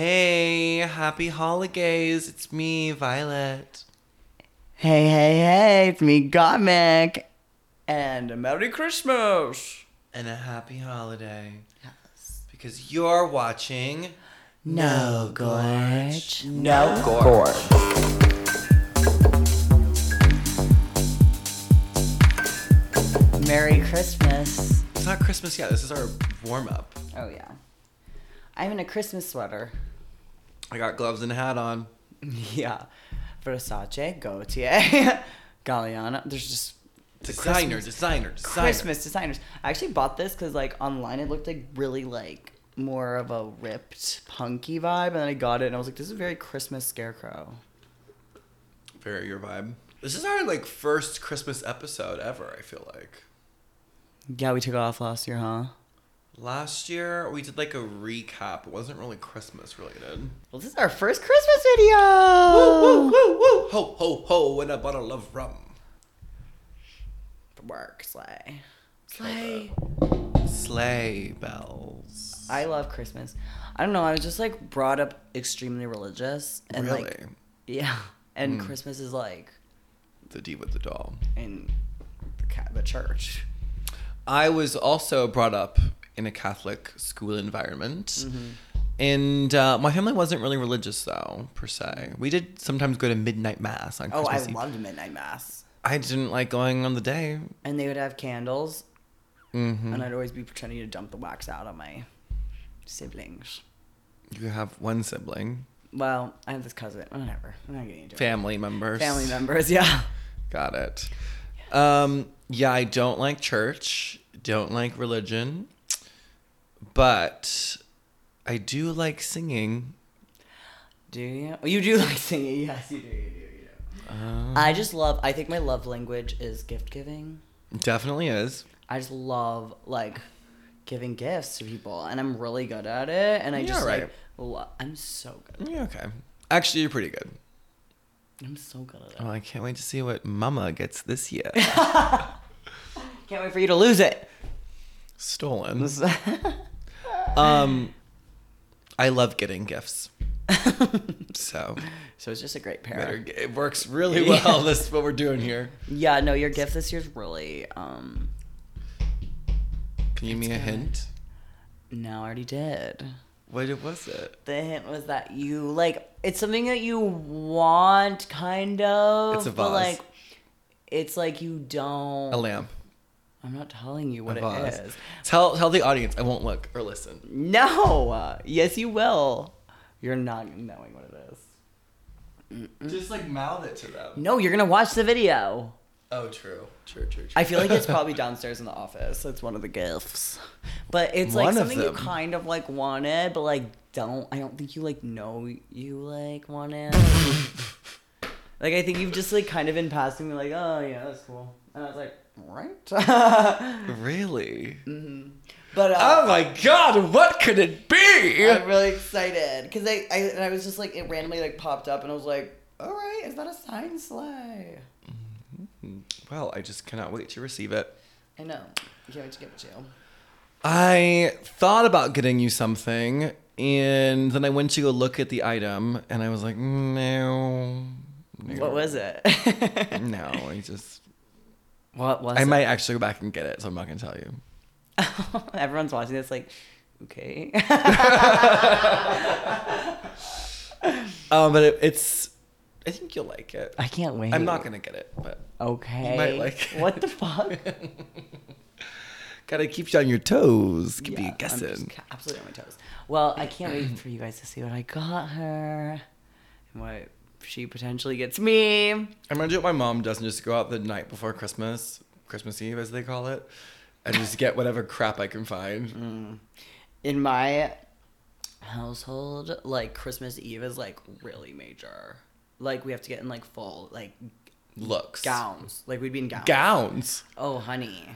Hey, happy holidays. It's me, Violet. Hey, hey, hey, it's me, Gottmik. And a Merry Christmas. And a happy holiday. Because you're watching. No, Gorge. No, Gorge. Merry Christmas. It's not Christmas yet. This is our warm up. Oh, yeah. I'm in a Christmas sweater. I got gloves and a hat on. Yeah. Versace, Gautier, Galliano. There's just the Designer, Christmas- designer, designer. Christmas designers. I actually bought this because like online it looked like really like more of a ripped punky vibe, and then I got it and I was like, this is very Christmas scarecrow. Very your vibe. This is our like first Christmas episode ever, I feel like. Yeah, we took off last year, huh? Last year we did like a recap. It wasn't really Christmas related. Well, this is our first Christmas video. Woo, woo, woo, woo. Ho, ho, ho, and a bottle of rum. Work sleigh. Sleigh. Sleigh bells. I love Christmas. I don't know. I was just like brought up extremely religious and really? like yeah, and Christmas is like the D with the doll. in the, ca- the church. I was also brought up in a Catholic school environment. Mm-hmm. And uh, my family wasn't really religious, though, per se. We did sometimes go to midnight mass on Oh, I Christmas Eve. loved midnight mass. I didn't like going on the day. And they would have candles, hmm and I'd always be pretending to dump the wax out on my siblings. You have one sibling, Well, I have this cousin. Whatever. I'm not getting into it. family members. Family members, yeah. Got it. Um, yeah, I don't like church, don't like religion, but I do like singing. Do you? Oh, You do like singing. Yes, you do. You do. You do. Mm. Um, I just love. I think my love language is gift giving. Definitely is. I just love like giving gifts to people, and I'm really good at it. And I You're just like, right. lo- I'm so good. Yeah, okay. Actually, you're pretty good. I'm so good at it. Oh, I can't wait to see what Mama gets this year. Can't wait for you to lose it. Stolen. Um, I love getting gifts, so so it's just a great pair. better, it works really Yeah. well. This is what we're doing here. Yeah, no, your gift this year's really um Can you give me a It's good. hint? no, I already did. What was it? The hint was that you like it's something that you want kind of It's a but vase. like it's like you don't A lamp. I'm not telling you what A it vase. is. Tell tell the audience. I won't look or listen. No. Yes you will. You're not knowing what it is. Just like mouth it to them. No, you're going to watch the video. Oh, true. True. True. true. I feel like it's probably downstairs in the office. It's one of the gifts. But it's like One of something you them. kind of like wanted, but like don't I don't think you like know you like want it. like I think you've just like kind of been passing me like, oh yeah, that's cool. And I was like, right? really. Mm. but uh, Oh my God! What could it be? I'm really excited because I, I and I was just like it randomly like popped up and I was like, all right, is that a sign sleigh? Well, I just cannot wait to receive it. I know. I can't wait to give it to you. I thought about getting you something, and then I went to go look at the item, and I was like, no. no What was it? No, I just. what was I it? might actually go back and get it, so I'm not gonna tell you. Everyone's watching this like, okay. Um, but it, it's. I think you'll like it. I can't wait. I'm not gonna get it, but Okay. You might like it. What the fuck? gotta keep you on your toes. Keep Yeah, you I'm just guessing. ca- absolutely on my toes. Well, I can't wait for you guys to see what I got her and what she potentially gets me. I'm gonna do what my mom does and just go out the night before Christmas, Christmas Eve as they call it, and just get whatever crap I can find. In my household, like Christmas Eve is like really major. Like we have to get in like full like Looks. gowns. Like we'd be in gowns. Gowns. oh, honey.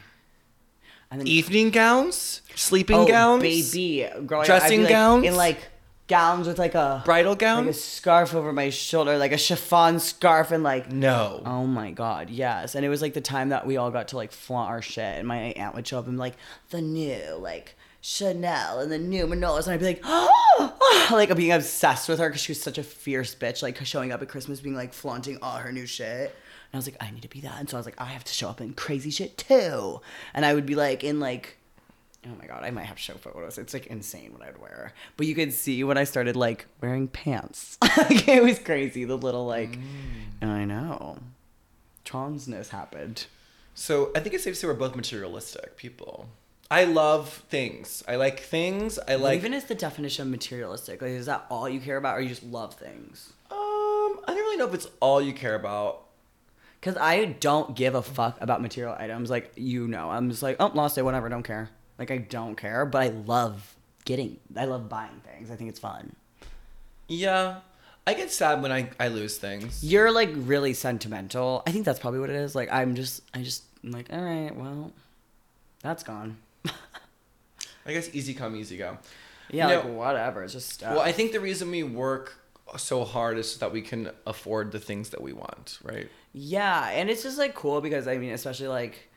And then Evening gowns. Sleeping oh, gowns. baby, growing up, I'd be, Dressing like, gowns? in like gowns with like a Bridal gown. like a scarf over my shoulder, like a chiffon scarf, and like, no. oh my god, yes. And it was like the time that we all got to like flaunt our shit, and my aunt would show up and be like the new like Chanel and the new Manolas, and I'd be like, oh, like being obsessed with her because she was such a fierce bitch, like showing up at Christmas being like flaunting all her new shit. And I was like, I need to be that. And so I was like, I have to show up in crazy shit too. And I would be like, in like, oh my God, I might have to show photos. It's like insane what I'd wear. But you could see when I started like wearing pants. like it was crazy. The little like, I know. Transness happened. So I think it's safe to say we're both materialistic people. I love things. I like things. I Like, like. even is the definition of materialistic? Like, is that all you care about, or you just love things? um, I don't really know if it's all you care about. Because I don't give a fuck about material items. Like, you know, I'm just like, oh, lost it, whatever, don't care. Like, I don't care, but I love getting, I love buying things. I think it's fun. Yeah, I get sad when I I lose things. You're like really sentimental. I think that's probably what it is. Like, I'm just, I just, I'm like, all right, well, that's gone. I guess easy come, easy go. Yeah, No. like, whatever. It's just stuff. Well, I think the reason we work so hard is so that we can afford the things that we want, right? Yeah, and it's just like cool because I mean, especially like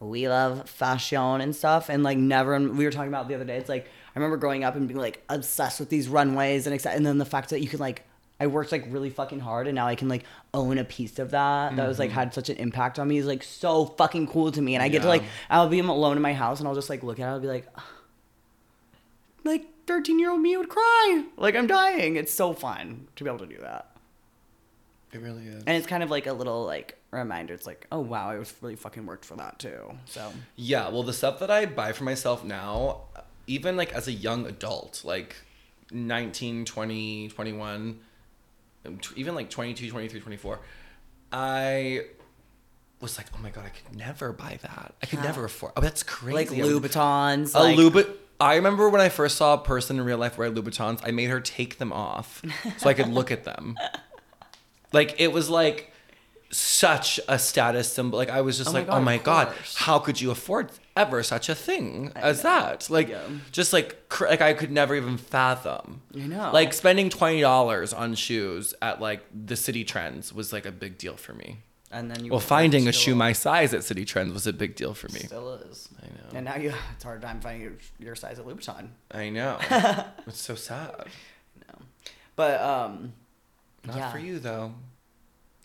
we love fashion and stuff, and like never. We were talking about the other day. It's like I remember growing up and being like obsessed with these runways and except, and then the fact that you can like I worked like really fucking hard and now I can like own a piece of that that was like had such an impact on me is like so fucking cool to me, and I get to Yeah. like I'll be alone in my house and I'll just like look at it and be like. Like thirteen year old me would cry. Like I'm dying. It's so fun to be able to do that. It really is. And it's kind of like a little like reminder. It's like, oh wow, I was really fucking worked for that too. So Yeah, well, the stuff that I buy for myself now, even like as a young adult, like 19, 20, 21, um, tw- even like 22, 23, 24, I was like, oh my God, I could never buy that. I could Yeah. never afford. Oh, that's crazy. like I would- Louboutins, a like, Loubou- I remember when I first saw a person in real life wear Louboutins, I made her take them off so I could look at them. Like it was like such a status symbol. Like I was just Oh my like, God, oh my of god, course. how could you afford ever such a thing as know. that? Like Yeah. just like cr- like I could never even fathom. I know. Like spending twenty dollars on shoes at like the City Trends was like a big deal for me. and then you Well, finding a shoe still- my size at City Trends was a big deal for me. still is. I know. And now you, it's hard time finding your, your size at Louboutin. I know. it's so sad. No, but um, Not yeah, for you though.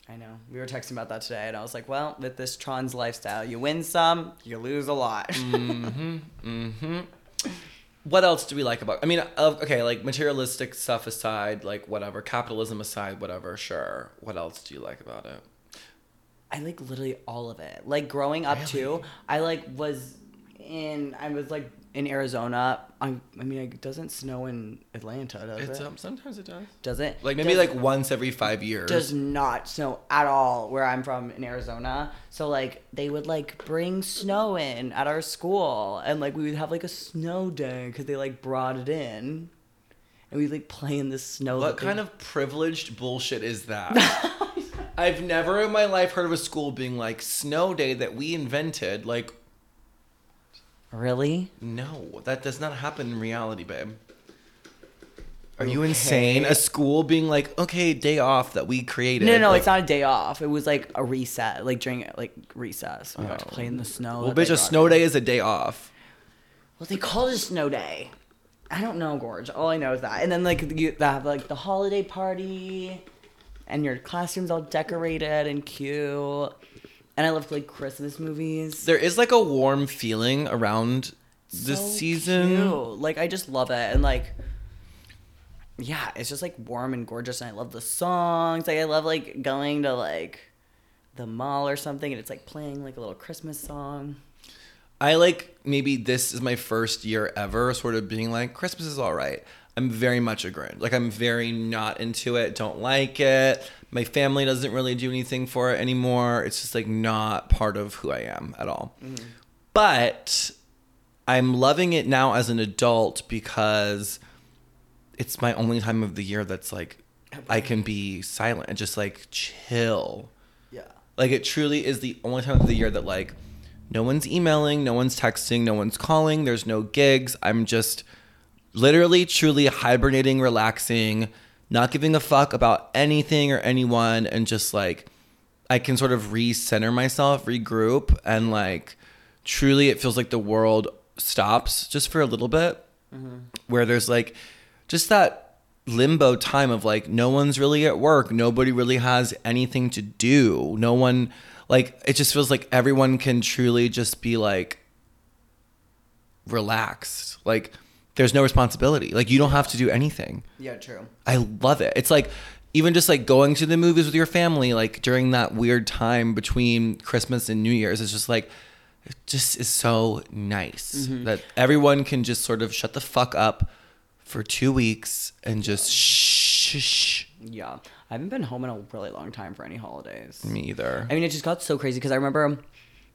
I know. We were texting about that today, and I was like, well, with this trans lifestyle, you win some, you lose a lot. Mm. Mm-hmm, What else do we like about? I mean, of- okay, like materialistic stuff aside, like whatever, capitalism aside, whatever. Sure. What else do you like about it? I like literally all of it. Like growing up too, I like was in I was like in Arizona. I I mean it doesn't snow in Atlanta, does It's it? um, sometimes it does. does it? Like maybe does, like once every five years. does not snow at all where I'm from in Arizona. So like they would like bring snow in at our school and like we would have like a snow day cuz they like brought it in. And we like play in the snow. what kind of privileged bullshit is that? I've never in my life heard of a school being like snow day that we invented. Like, Really? no, that does not happen in reality, babe. Are you insane? A school being like, okay, day off that we created. No, no, like, it's not a day off. It was like a reset, like during like recess. We got to Oh. play in the snow. Well, that bitch, they a brought snow in. day is a day off. Well, they called it a snow day. I don't know, Gorge. All I know is that. And then like you they have like the holiday party, and your classroom's all decorated and cute. And I love like Christmas movies. There is like a warm feeling around this So season. cute. Like I just love it, and like. Yeah, it's just like warm and gorgeous, and I love the songs. Like I love like going to like the mall or something, and it's like playing like a little Christmas song. I like maybe this is my first year ever sort of being like Christmas is all right. I'm very much a Grinch. Like I'm very not into it. Don't like it. My family doesn't really do anything for it anymore. It's just like not part of who I am at all. But I'm loving it now as an adult because it's my only time of the year that's like I can be silent and just like chill. Yeah. Like it truly is the only time of the year that like no one's emailing, no one's texting, no one's calling, there's no gigs. I'm just literally truly hibernating, relaxing, not giving a fuck about anything or anyone and just like I can sort of recenter myself, regroup and like truly it feels like the world stops just for a little bit Mm-hmm. where there's like just that limbo time of like no one's really at work nobody really has anything to do no one like it just feels like everyone can truly just be like relaxed like there's no responsibility like you don't have to do anything Yeah, true. I love it. It's like even just like going to the movies with your family, like during that weird time between Christmas and New Year's, it's just like it just is so nice Mm-hmm. that everyone can just sort of shut the fuck up for two weeks and just shh, shh, Yeah. I haven't been home in a really long time for any holidays. me either. I mean, it just got so crazy because I remember,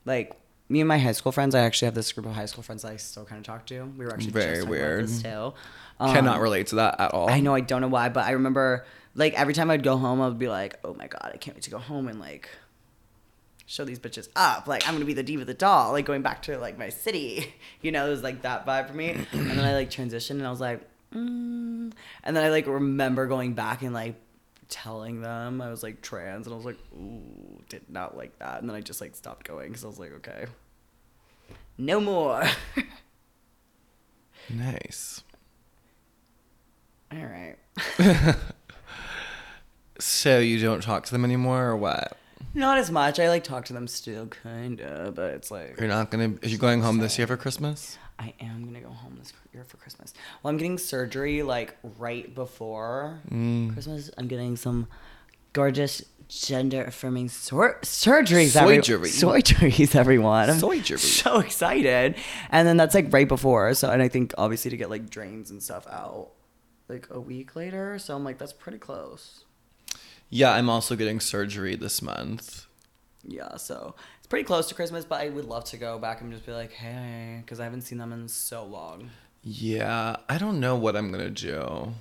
like, me and my high school friends. I actually have this group of high school friends that I still kind of talk to. We were actually Very just talking weird. About this too. Um, Cannot relate to that at all. I know I don't know why, but I remember like every time I'd go home, I'd be like, "Oh my god, I can't wait to go home and like show these bitches up. Like I'm gonna be the diva, the doll. Like going back to like my city. You know, it was like that vibe for me. and then I like transitioned, and I was like, mm. and then I like remember going back and like telling them I was like trans, and I was like, ooh, did not like that. And then I just like stopped going because I was like, okay, no more. Nice. All right. So you don't talk to them anymore or what? Not as much. I like talk to them still, kinda, but it's like You're not gonna are you going home this year for Christmas? I am gonna go home this year for Christmas. Well, I'm getting surgery like right before Mm. Christmas. I'm getting some gorgeous gender affirming sur- surgeries. Surgery. surgeries, everyone. I'm Surgery. So excited, and then that's like right before. So, and I think obviously to get like drains and stuff out like a week later. So I'm like, that's pretty close. Yeah, I'm also getting surgery this month. Yeah, so it's pretty close to Christmas, but I would love to go back and just be like, hey, because I haven't seen them in so long. Yeah, I don't know what I'm gonna do.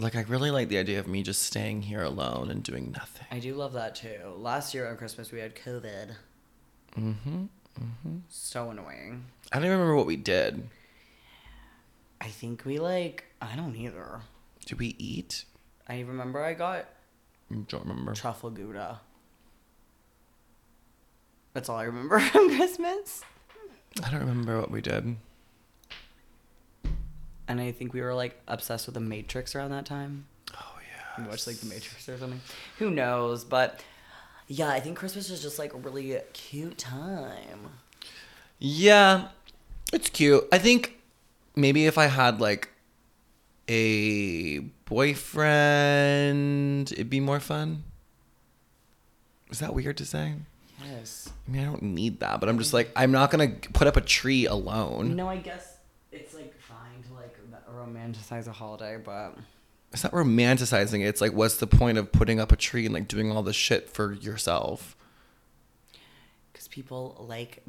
Like, I really like the idea of me just staying here alone and doing nothing. I do love that too. Last year on Christmas, we had COVID. Mm hmm. Mm hmm. So annoying. Mm-hmm, I don't even remember what we did. I think we like, I don't either. Did we eat? I remember I got I don't remember. truffle gouda. That's all I remember from Christmas. I don't remember what we did. And I think we were like obsessed with the Matrix around that time. Oh, We yeah. watched like The Matrix or something. Who knows? But yeah, I think Christmas is just like a really cute time. Yeah, it's cute. I think maybe if I had like a boyfriend, it'd be more fun. Is that weird to say? Yes. I mean, I don't need that, but I'm just like, I'm not gonna put up a tree alone. No, I guess it's like fine to like romanticize a holiday, but it's not romanticizing it. It's like, what's the point of putting up a tree and like doing all this shit for yourself? because people like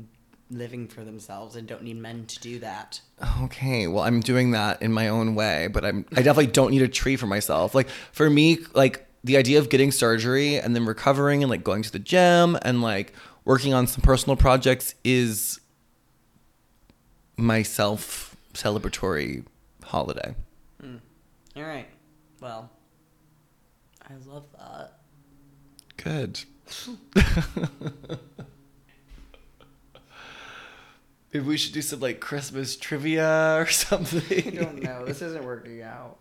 living for themselves and don't need men to do that. Okay, well, I'm doing that in my own way, but I'm I definitely don't need a tree for myself. Like for me, like the idea of getting surgery and then recovering and like going to the gym and like working on some personal projects is my self celebratory holiday. All right. Well, I love that. Good. Maybe we should do some like Christmas trivia or I something. don't know. This isn't working out.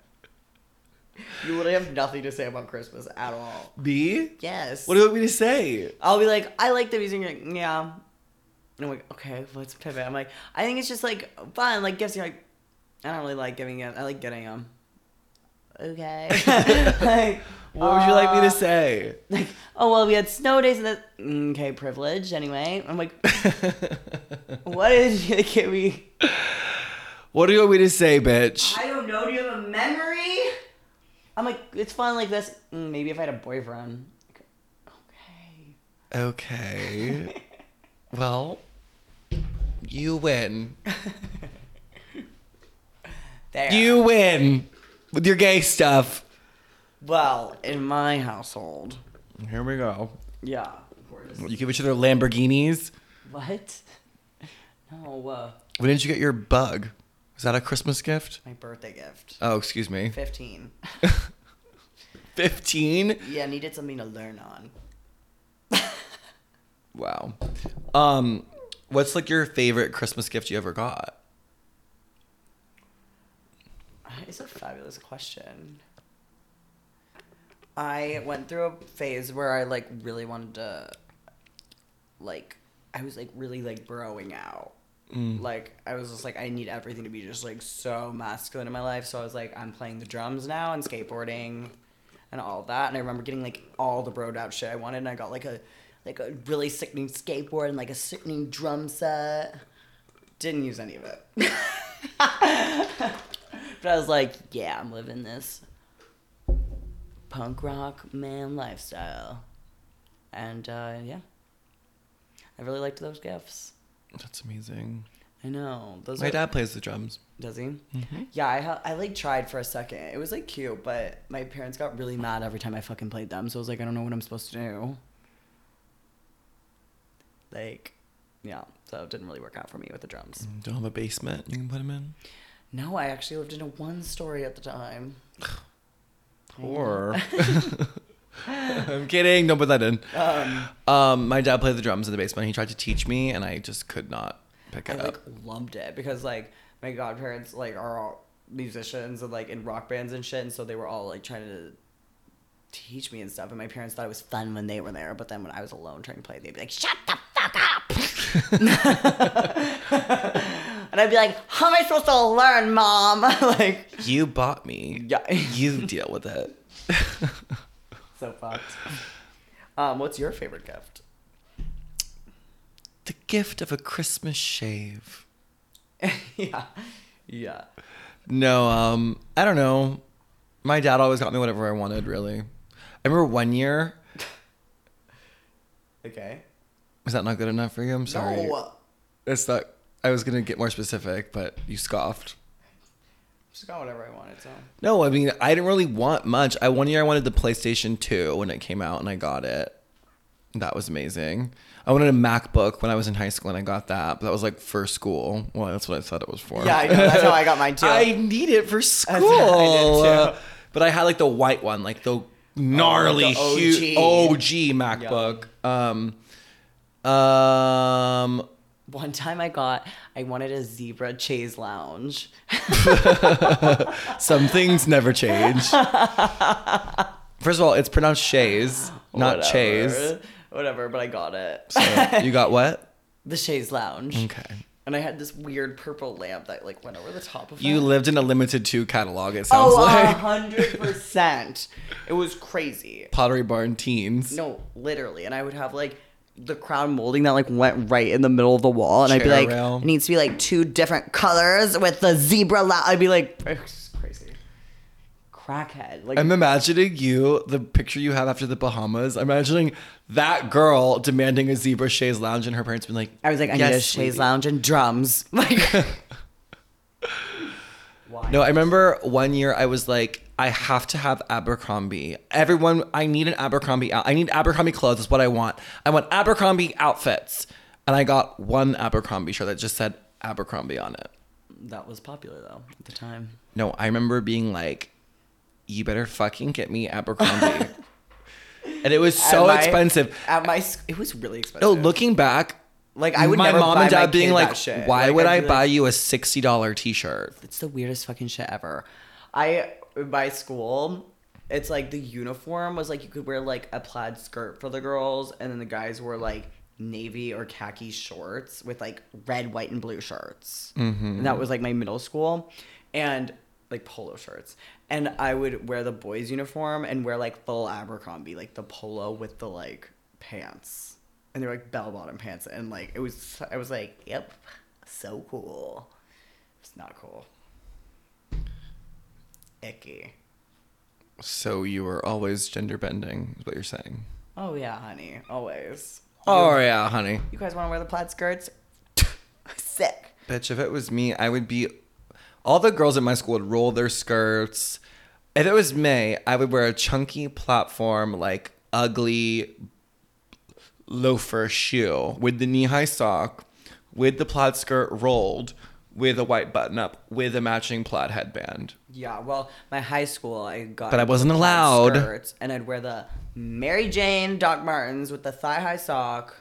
You literally have nothing to say about Christmas at all. Me? Yes. What do you want me to say? I'll be like, I like the music. You're like, yeah. And I'm like, okay, let's pivot. I'm like, I think it's just like fun, like gifts. You're like, I don't really like giving it. I like getting them. Okay. like, What would you like me uh, to say? Like, oh well, we had snow days and that. Okay, privilege. Anyway, I'm like, what did you give me? What do you want me to say, bitch? I don't know. Do you have a memory? I'm like, it's fun like this. Mm, maybe if I had a boyfriend. Okay. Okay. Well, you win. There. You win with your gay stuff. Well, in my household. Here we go. Yeah. Of course. You give each other Lamborghinis. What? No, uh, When did you get your bug? Is that a Christmas gift? my birthday gift. Oh, excuse me. 15. 15? Yeah, needed something to learn on. Wow. Um What's like your favorite Christmas gift you ever got? It's a fabulous question. I went through a phase where I like really wanted to, like, I was like really like growing out. Like I was just like I need everything to be just like so masculine in my life. So I was like I'm playing the drums now and skateboarding, and all that. And I remember getting like all the broed out shit I wanted. And I got like a like a really sickening skateboard and like a sickening drum set. Didn't use any of it. But I was like, yeah, I'm living this punk rock man lifestyle. And uh, yeah, I really liked those gifts. That's amazing. I know those. My are- dad plays the drums. does he? Mm-hmm. Yeah, I ha- I like tried for a second. It was like cute, but my parents got really mad every time I fucking played them. So I was like, I don't know what I'm supposed to do. Like, yeah, so it didn't really work out for me with the drums. Mm, Don't have a basement you can put him in. No, I actually lived in a one story at the time. Poor. I'm kidding. Don't put that in. Um, Um, my dad played the drums in the basement. He tried to teach me, and I just could not pick I it up. like loved it because like my godparents like are all musicians and like in rock bands and shit, and so they were all like trying to teach me and stuff. And my parents thought it was fun when they were there, but then when I was alone trying to play, they'd be like, "Shut the fuck up," and I'd be like, "How am I supposed to learn, mom?" like you bought me. Yeah. you deal with it. so fucked. Um, what's your favorite gift? The gift of a Christmas shave. yeah, yeah. No, um, I don't know. My dad always got me whatever I wanted, really. I remember one year. Okay. Was that not good enough for you? I'm sorry. No, I'm It's not. I was gonna get more specific, but you scoffed. just got whatever I wanted. So. No, I mean I didn't really want much. I one year I wanted the PlayStation 2 when it came out and I got it. That was amazing. I wanted a MacBook when I was in high school and I got that. But that was like for school. Well, that's what I thought it was for. Yeah, I know. That's how I got mine too. I need it for I school. did Uh, too. Oh, But I had like the white one, like the gnarly the OG. huge OG MacBook. Um um One time I got, I wanted a zebra chaise lounge. Some things never change. First of all, it's pronounced chaise, not Whatever. chaise. Whatever, but I got it. So you got what? the chaise lounge. Okay. And I had this weird purple lamp that like went over the top of You it. lived in a limited two catalog, it sounds Oh, a like. hundred percent. It was crazy. Pottery Barn teens. No, literally. And I would have like the crown molding that like went right in the middle of the wall, and I'd be Chair like, rail. it needs to be like two different colors with the zebra. Lo-. I'd be like, it's crazy. Crackhead. Like I'm imagining you, the picture you have after the Bahamas, I'm imagining that girl demanding a zebra chaise lounge and her parents being like, I was like, I need a "Yes, chaise sweetie." lounge and drums. Like, why? No, I remember one year I was like, I have to have Abercrombie. Everyone, I need an Abercrombie out. I need Abercrombie clothes. Is what I want. I want Abercrombie outfits. And I got one Abercrombie shirt that just said Abercrombie on it. that was popular though at the time. No, I remember being like, you better fucking get me Abercrombie. and it was so At my- expensive. At my, sc- it was really expensive. No, looking back, like I would my never mom buy and dad my being kid like, that shit. why Like, would I'd I be buy like, you a $60 t shirt? It's the weirdest fucking shit ever. I in my school. It's like the uniform was like you could wear like a plaid skirt for the girls, and then the guys wore like navy or khaki shorts with like red, white, and blue shirts. Mm-hmm. And that was like my middle school, and like polo shirts. And I would wear the boys' uniform and wear like full Abercrombie, like the polo with the like pants, and they were like bell bottom pants, and like it was. I was like, yep, so cool. It's not cool. Icky. So you were always gender bending, is what you're saying. Oh yeah, honey. Always. Oh, yeah, honey. You guys want to wear the plaid skirts? Sick. Bitch, if it was me, I would be. All the girls at my school would roll their skirts. If it was May, I would wear a chunky platform, like ugly loafer shoe with the knee high sock, with the plaid skirt rolled, with a white button up, with a matching plaid headband. Yeah. Well, my high school, I got. But I wasn't the plaid allowed. Skirts, and I'd wear the Mary Jane Doc Martens with the thigh high sock.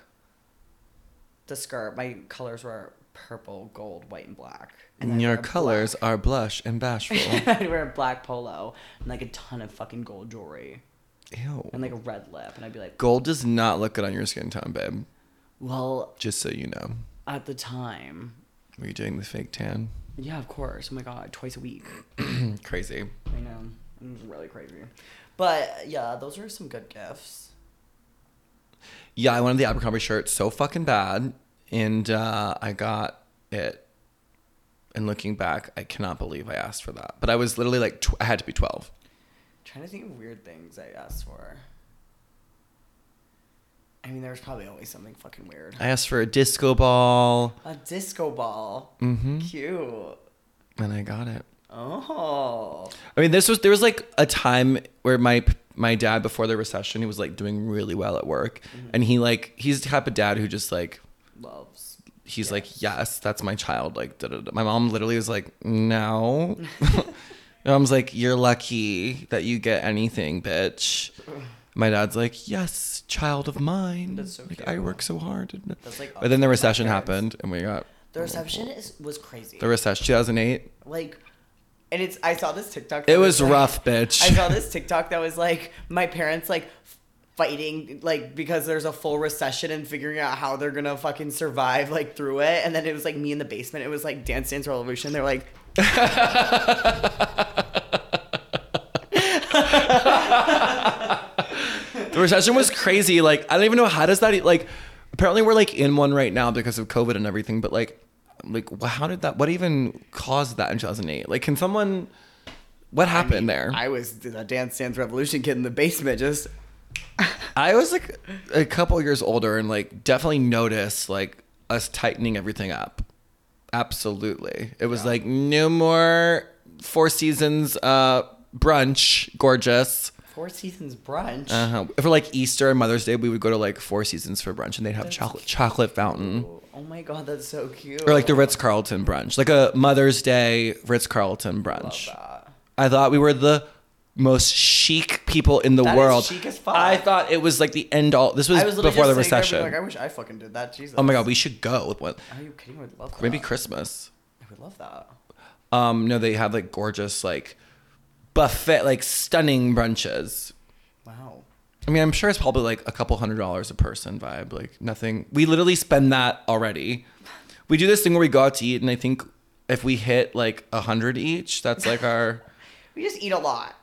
the skirt, my colors were purple, gold, white, and black. And And I your wore a colors are blush and bashful. Black, I'd wear a black polo and like a ton of fucking gold jewelry Ew. and like a red lip, and I'd be like, Gold does not look good on your skin tone, babe. well, Just so you know. at the time, Were you doing the fake tan? Hmm, yeah, of course. Oh my god, twice a week. Crazy. I know. It was really crazy. But yeah, those are some good gifts. Yeah, I wanted the Abercrombie shirt so fucking bad, and uh, I got it. And looking back, I cannot believe I asked for that. But I was literally like, tw- I had to be twelve. trying to think of weird things I asked for. I mean, there's probably always something fucking weird. I asked for a disco ball, A disco ball. hmm Cute. and I got it. Oh. I mean, this was there was like a time where my my dad before the recession, he was like doing really well at work, and he like he's the type of dad who just like Loves. he's like, yes, that's my child. Like, da, da, da. my mom literally was like, no. my mom's like, you're lucky that you get anything, bitch. My dad's like, yes, child of mine. That's so like, cute. I work so hard. That's like but then the us, recession our happened, parents. and we got The reception is, was crazy. Oh, the recession 2008. like, and it's, I saw this TikTok. that It was like- rough, bitch. I saw this TikTok that was like my parents like fighting like because there's a full recession and figuring out how they're gonna fucking survive like through it. And then it was like me in the basement. It was like Dance Dance Revolution. They're like. The recession was crazy. Like I don't even know how does that e- like. Apparently we're like in one right now because of COVID and everything. But like, like wh- how did that? What even caused that in 2008? Like, can someone? What happened there? I, I was the Dance Dance Revolution kid in the basement. Just was like a couple years older and like definitely noticed like us tightening everything up. Absolutely, it was like no more Four Seasons uh, brunch, gorgeous. Four Seasons brunch. Uh-huh. For like Easter and Mother's Day, we would go to like Four Seasons for brunch, and they'd have That's chocolate chocolate fountain. Oh my god, that's so cute. Or like the Ritz Carlton brunch, like a Mother's Day Ritz Carlton brunch. that. I thought we were the most chic people in the That is world. chic as fuck. I thought it was like the end all. This was, I was literally before the just sitting there recession. being Like I wish I fucking did that. Jesus. oh my god, we should go with one. Are you kidding? I would love that. Maybe Christmas. I would love that. Um, no, they have like gorgeous like buffet, like stunning brunches. Wow. I mean, I'm sure it's probably like a couple hundred dollars a person vibe. Like nothing. We literally spend that already. We do this thing where we go out to eat, and I think if we hit like a hundred each, that's like our. We just eat a lot.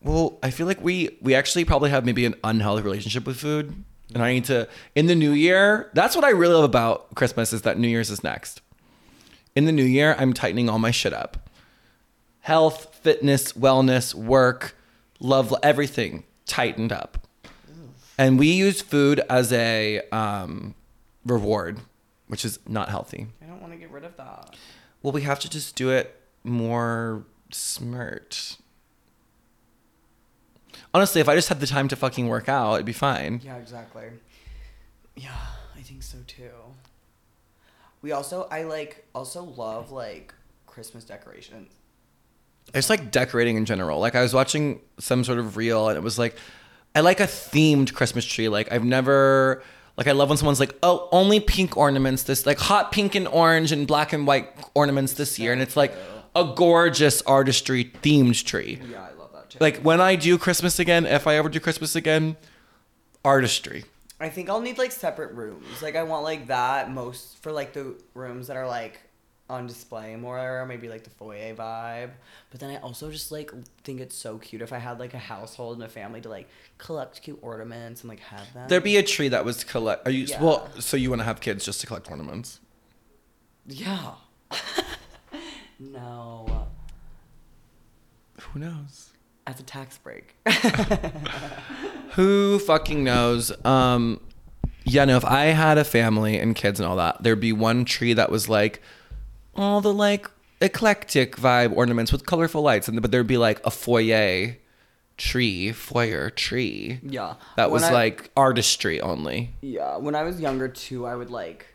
Well, I feel like we we actually probably have maybe an unhealthy relationship with food, and I need to in the new year. That's what I really love about Christmas is that New Year's is next. In the new year, I'm tightening all my shit up. Health, fitness, wellness, work, love, everything tightened up. And we use food as a um, reward, which is not healthy. I don't want to get rid of that. Well, we have to just do it more smart. Honestly, if I just had the time to fucking work out, it'd be fine. Yeah, exactly. Yeah, I think so too. We also, I like, also love like Christmas decorations. I just like decorating in general. Like I was watching some sort of reel and it was like I like a themed Christmas tree. Like I've never like I love when someone's like, "Oh, only pink ornaments this like hot pink and orange and black and white ornaments this year." And it's like a gorgeous artistry themed tree. Yeah, I love that too. Like when I do Christmas again, if I ever do Christmas again, artistry. I think I'll need like separate rooms. Like, I want like that most for like the rooms that are like on display more, or maybe like the foyer vibe. But then I also just like think it's so cute if I had like a household and a family to like collect cute ornaments and like have them. There'd be a tree that was to collect. Are you Yeah. well? So you want to have kids just to collect ornaments? yeah. no. Who knows? That's a tax break. Who fucking knows? Um, yeah, no. If I had a family and kids and all that, there'd be one tree that was like all the like eclectic vibe ornaments with colorful lights, and but there'd be like a foyer tree, foyer tree yeah. that When was I- like artistry only. Yeah, when I was younger too, I would like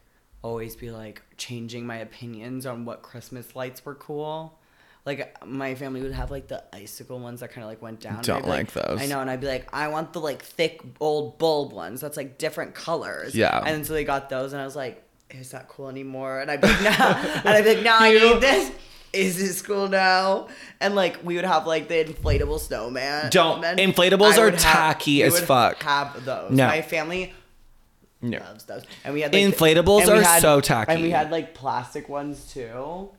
always be like changing my opinions on what Christmas lights were cool. Like my family would have like the icicle ones that kind of like went down. and Don't I'd be like those. I know, and I'd be like, I want the like thick old bulb ones. That's like different colors. Yeah. And so they got those, and I was like, is that cool anymore? And I'd be like, no. and I'd be like, no, I need this. Is this cool now? And like we would have like the inflatable snowman. Don't. Men- Inflatables I are would have- tacky we as would fuck. Have those. No. My family No. loves those. And we had like, Inflatables and we are so tacky. And we had like plastic ones too,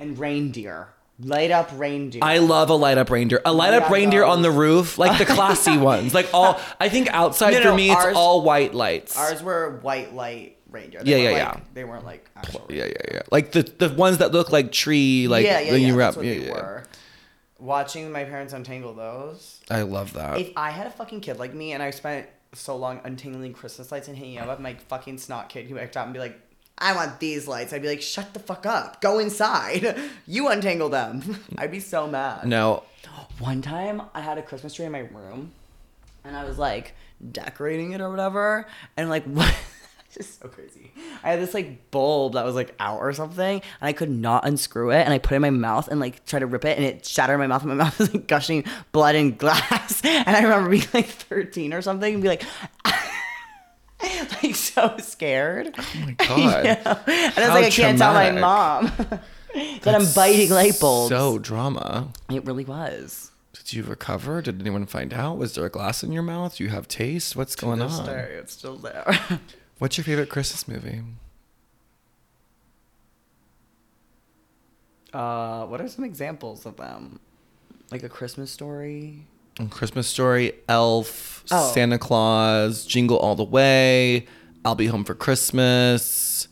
and reindeer, light up reindeer. I love a light up reindeer. A light up got reindeer those. on the roof, like the classy ones. Like all, I think outside No, for no, me, it's ours- all white lights. ours were white light reindeer. Yeah, They yeah, weren't, yeah. like, They weren't like actual. yeah, yeah, yeah. Like the the ones that look like tree, like yeah, yeah, when yeah, you wrap. that's what yeah, they yeah. were. Watching my parents untangle those. I love that. If I had a fucking kid like me and I spent so long untangling Christmas lights and hanging out with my fucking snot kid who act out and be like, I want these lights. I'd be like, shut the fuck up. Go inside. You untangle them. I'd be so mad. no, One time I had a Christmas tree in my room and I was like decorating it or whatever. And like, what? Just so crazy. I had this like bulb that was like out or something, and I could not unscrew it. And I put it in my mouth and like tried to rip it, and it shattered in my mouth, and my mouth was like gushing blood and glass. And I remember being like 13 or something and be like, like so scared. Oh my God. And I was How like, I can't tell my traumatic. mom that I'm biting light bulbs. So drama. it really was. Did you recover? Did anyone find out? Was there a glass in your mouth? Do you have taste? What's going this on? day, It's still there. What's your favorite Christmas movie? uh, what are some examples of them? Like a Christmas story. Christmas Story, Elf, Oh. Santa Claus, Jingle All the Way, I'll Be Home for Christmas.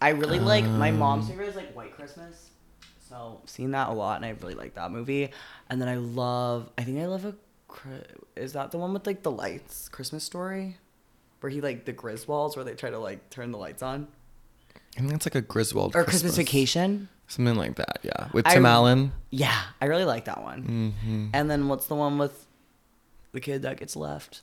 I really like my mom's favorite is like White Christmas. So seen that a lot, and I really like that movie. And then I love. I think I love a. Chri- Is that the one with like the lights? Christmas story, where he like the Griswolds, where they try to like turn the lights on, I think that's like a Griswold or Christmas Vacation. Something like that, yeah. With I- Tim Allen. Mm-hmm. Yeah, I really like that one. Mm. And then what's the one with the kid that gets left?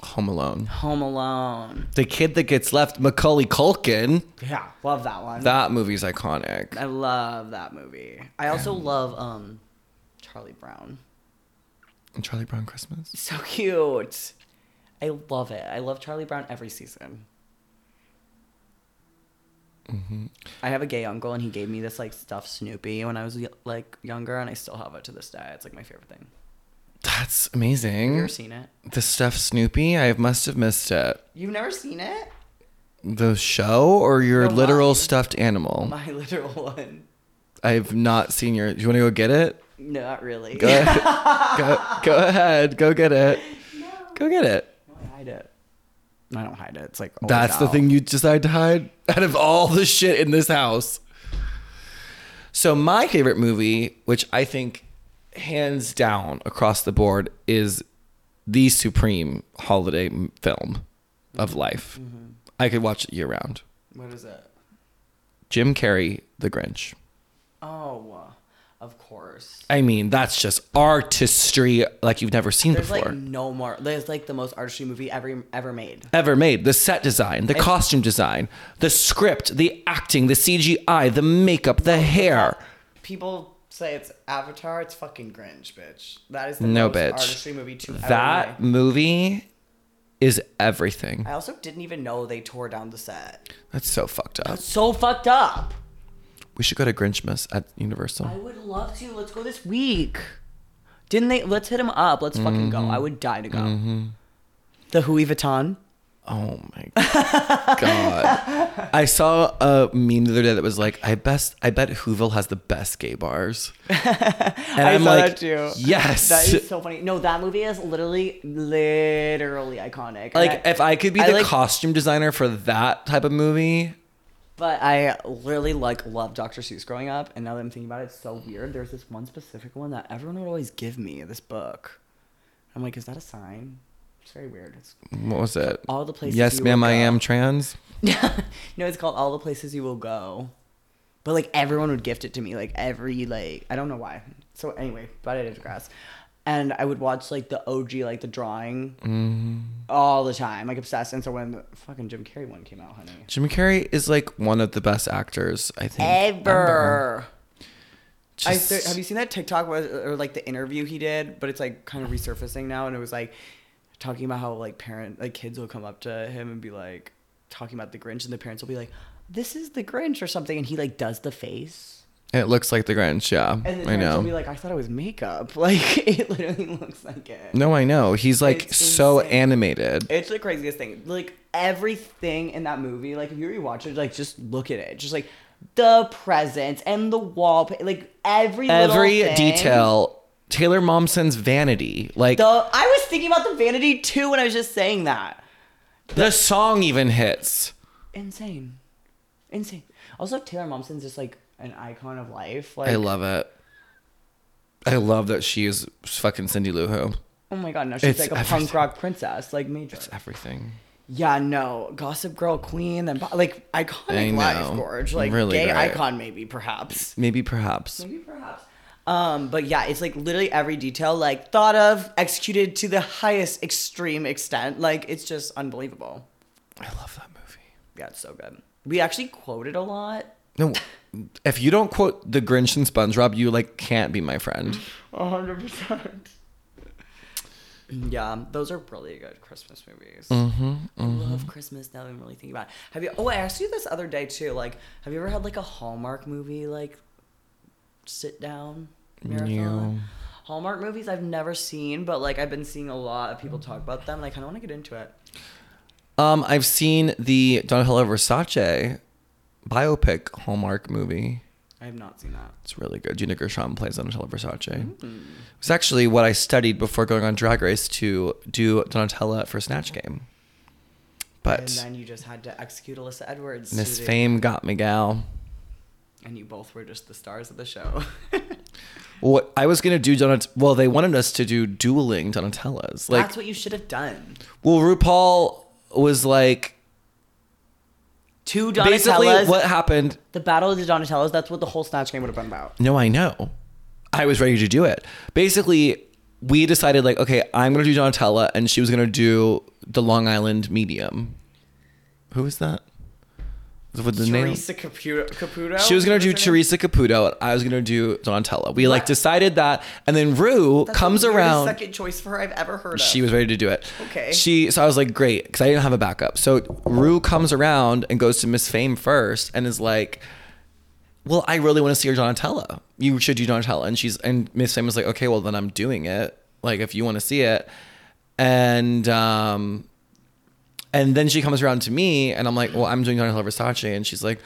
Home Alone. Home Alone. The kid that gets left, Macaulay Culkin. Yeah, love that one. That movie's iconic. I love that movie. I also love um Charlie Brown. And Charlie Brown Christmas. So cute. I love it. I love Charlie Brown every season. Mm-hmm. I have a gay uncle, and he gave me this like stuffed Snoopy when I was like younger, and I still have it to this day. It's like my favorite thing. That's You amazing. ever seen it? The stuff Snoopy, I must have missed it. You've never seen it? The show or your The literal line. stuffed animal? My literal one. I've not seen your. Do you want to go get it? Not really. Go, ahead. go, go ahead. Go get it. Go get it. I hide it. I don't hide it. It's like always That's the out. thing you decide to hide out of all the shit in this house. So my favorite movie, which I think hands down across the board is the supreme holiday m- film of life. I could watch it year round. What is it? Jim Carrey, The Grinch. Oh, of course. I mean, that's just artistry like you've never seen There's before. like no more. There's like the most artistry movie ever ever made. ever made. The set design, the costume design, the script, the acting, the CGI, the makeup, the hair. People say it's Avatar. It's fucking Grinch, bitch. That is the No, most bitch. artistry movie to ever That made. movie is everything. I also didn't even know they tore down the set. That's so fucked up. So fucked up. We should go to Grinchmas at I Universal. would love to. Let's go this week. Didn't they? Let's hit him up. Let's fucking Mm-hmm. go. I would die to go. The Louis Vuitton. Oh my god! I saw a meme the other day that was like, "I best, I bet Whoville has the best gay bars." And I am saw like, that too. "Yes." That is so funny. No, that movie is literally, literally iconic. like, I- if I could be I the like- costume designer for that type of movie, But I really like loved Dr. Seuss growing up, and now that I'm thinking about it, it's so weird. There's this one specific one that everyone would always give me this book. I'm like, is that a sign? It's very weird. It's What was it? all the places Yes, you ma'am, will I go. am trans. no, it's called All the Places You Will Go. But like everyone would gift it to me, like every like I don't know why. So anyway, but I digress. And I would watch like the OG, like the drawing, Mm-hmm. all the time, like obsessed. And so when the fucking Jim Carrey one came out, honey, Jim Carrey is like one of the best actors I think ever. I Just, th- have you seen that TikTok where- or like the interview he did? But it's like kind of resurfacing now, and it was like talking about how like parent like kids will come up to him and be like talking about the Grinch, and the parents will be like, "This is the Grinch" or something, and he like does the face, it looks like the Grinch. Yeah, and the I parents know. will be like, "I thought it was makeup." Like it literally looks like it. no, I know. He's like It's so insane. animated. It's the craziest thing. Like everything in that movie, like if you rewatch it, like just look at it, just like the presents and the wall, like every little Every thing. detail. Taylor Momsen's vanity, like The the, I was thinking about the vanity too when I was just saying that. song even hits. Insane, insane. Also, Taylor Momsen's just like an icon of life. Like, I love it. I love that she is fucking Cindy Lou Who. oh my god, now she's It's like a everything. punk rock princess, like major. It's everything. Yeah, no, Gossip Girl queen, then like I iconic know. life, Gorge, like Really gay great. icon, maybe perhaps. Maybe perhaps. Maybe perhaps. Um, but yeah, it's like literally every detail, like thought of, executed to the highest extreme extent. Like it's just unbelievable. I love that movie. Yeah, it's so good. We actually quoted a lot. No, if you don't quote The Grinch and SpongeBob, you like can't be my friend. hundred percent. Yeah, those are really good Christmas movies. Mm-hmm. Mm-hmm. I love Christmas now. that I'm really thinking about. It. Have you? Oh, I asked you this other day too. Like, have you ever had like a Hallmark movie like sit down Mm-hmm. marathon? No. Hallmark movies I've never seen, but like I've been seeing a lot of people talk about them, and I kind of want to get into it. Um, I've seen the Donatella Versace biopic Hallmark movie. I have not seen that. It's really good. Gina Gershon plays Donatella Versace. Mm. It's actually what I studied before going on Drag Race to do Donatella for Snatch Game. and But then you just had to execute Alyssa Edwards, to Miss the- Fame got me, gal. and you both were just the stars of the show. What I was gonna do, Donat. Well, they wanted us to do dueling Donatellas. Like, That's what you should have done. well, RuPaul was like, Two Donatellas. basically, what happened The Battle of the Donatellas, that's what the whole Snatch game would have been about. No, I know. I was ready to do it. Basically, we decided like, okay, I'm gonna do Donatella, and she was gonna do the Long Island medium. Who is that? With the name? Teresa Caputo, Caputo? She was gonna What do is her name? Teresa Caputo, and I was gonna do Donatella. We like What? decided that, and then Rue That's comes the weirdest around. second choice for her I've ever heard of. She was ready to do it. Okay. She so I was like, great, because I didn't have a backup. So Rue comes around and goes to Miss Fame first and is like, Well, I really want to see your Donatella. You should do Donatella. And she's and Miss Fame was like, Okay, well then I'm doing it. Like if you want to see it. And um and then she comes around to me and I'm like, Well, I'm doing Donatella Versace. And she's like,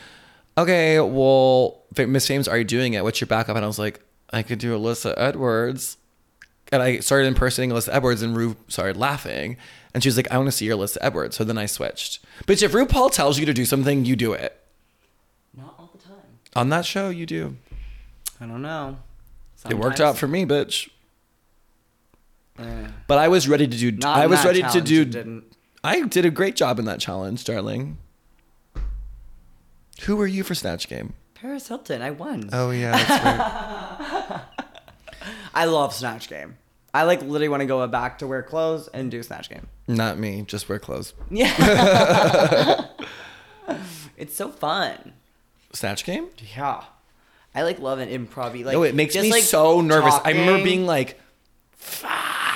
Okay, well, Fa- Miss Fame's already doing it. What's your backup? And I was like, I could do Alyssa Edwards and I started impersonating Alyssa Edwards, and Rue started laughing. And she was like, I want to see your Alyssa Edwards. So then I switched. Bitch, if RuPaul tells you to do something, you do it. Not all the time. On that show, you do. I don't know. It worked out for me, bitch. Eh. But I was ready to do. Not I in was that ready to challenge, do. it Didn't. I did a great job in that challenge, darling. Who were you for Snatch Game? Paris Hilton, I won. Oh, yeah. That's right. I love Snatch Game. I like literally want to go back to wear clothes and do Snatch Game. Not me. Just wear clothes. Yeah. it's so fun. Snatch Game? Yeah. I like love an improv like no, it makes just, me like, so nervous. I remember talking. being like,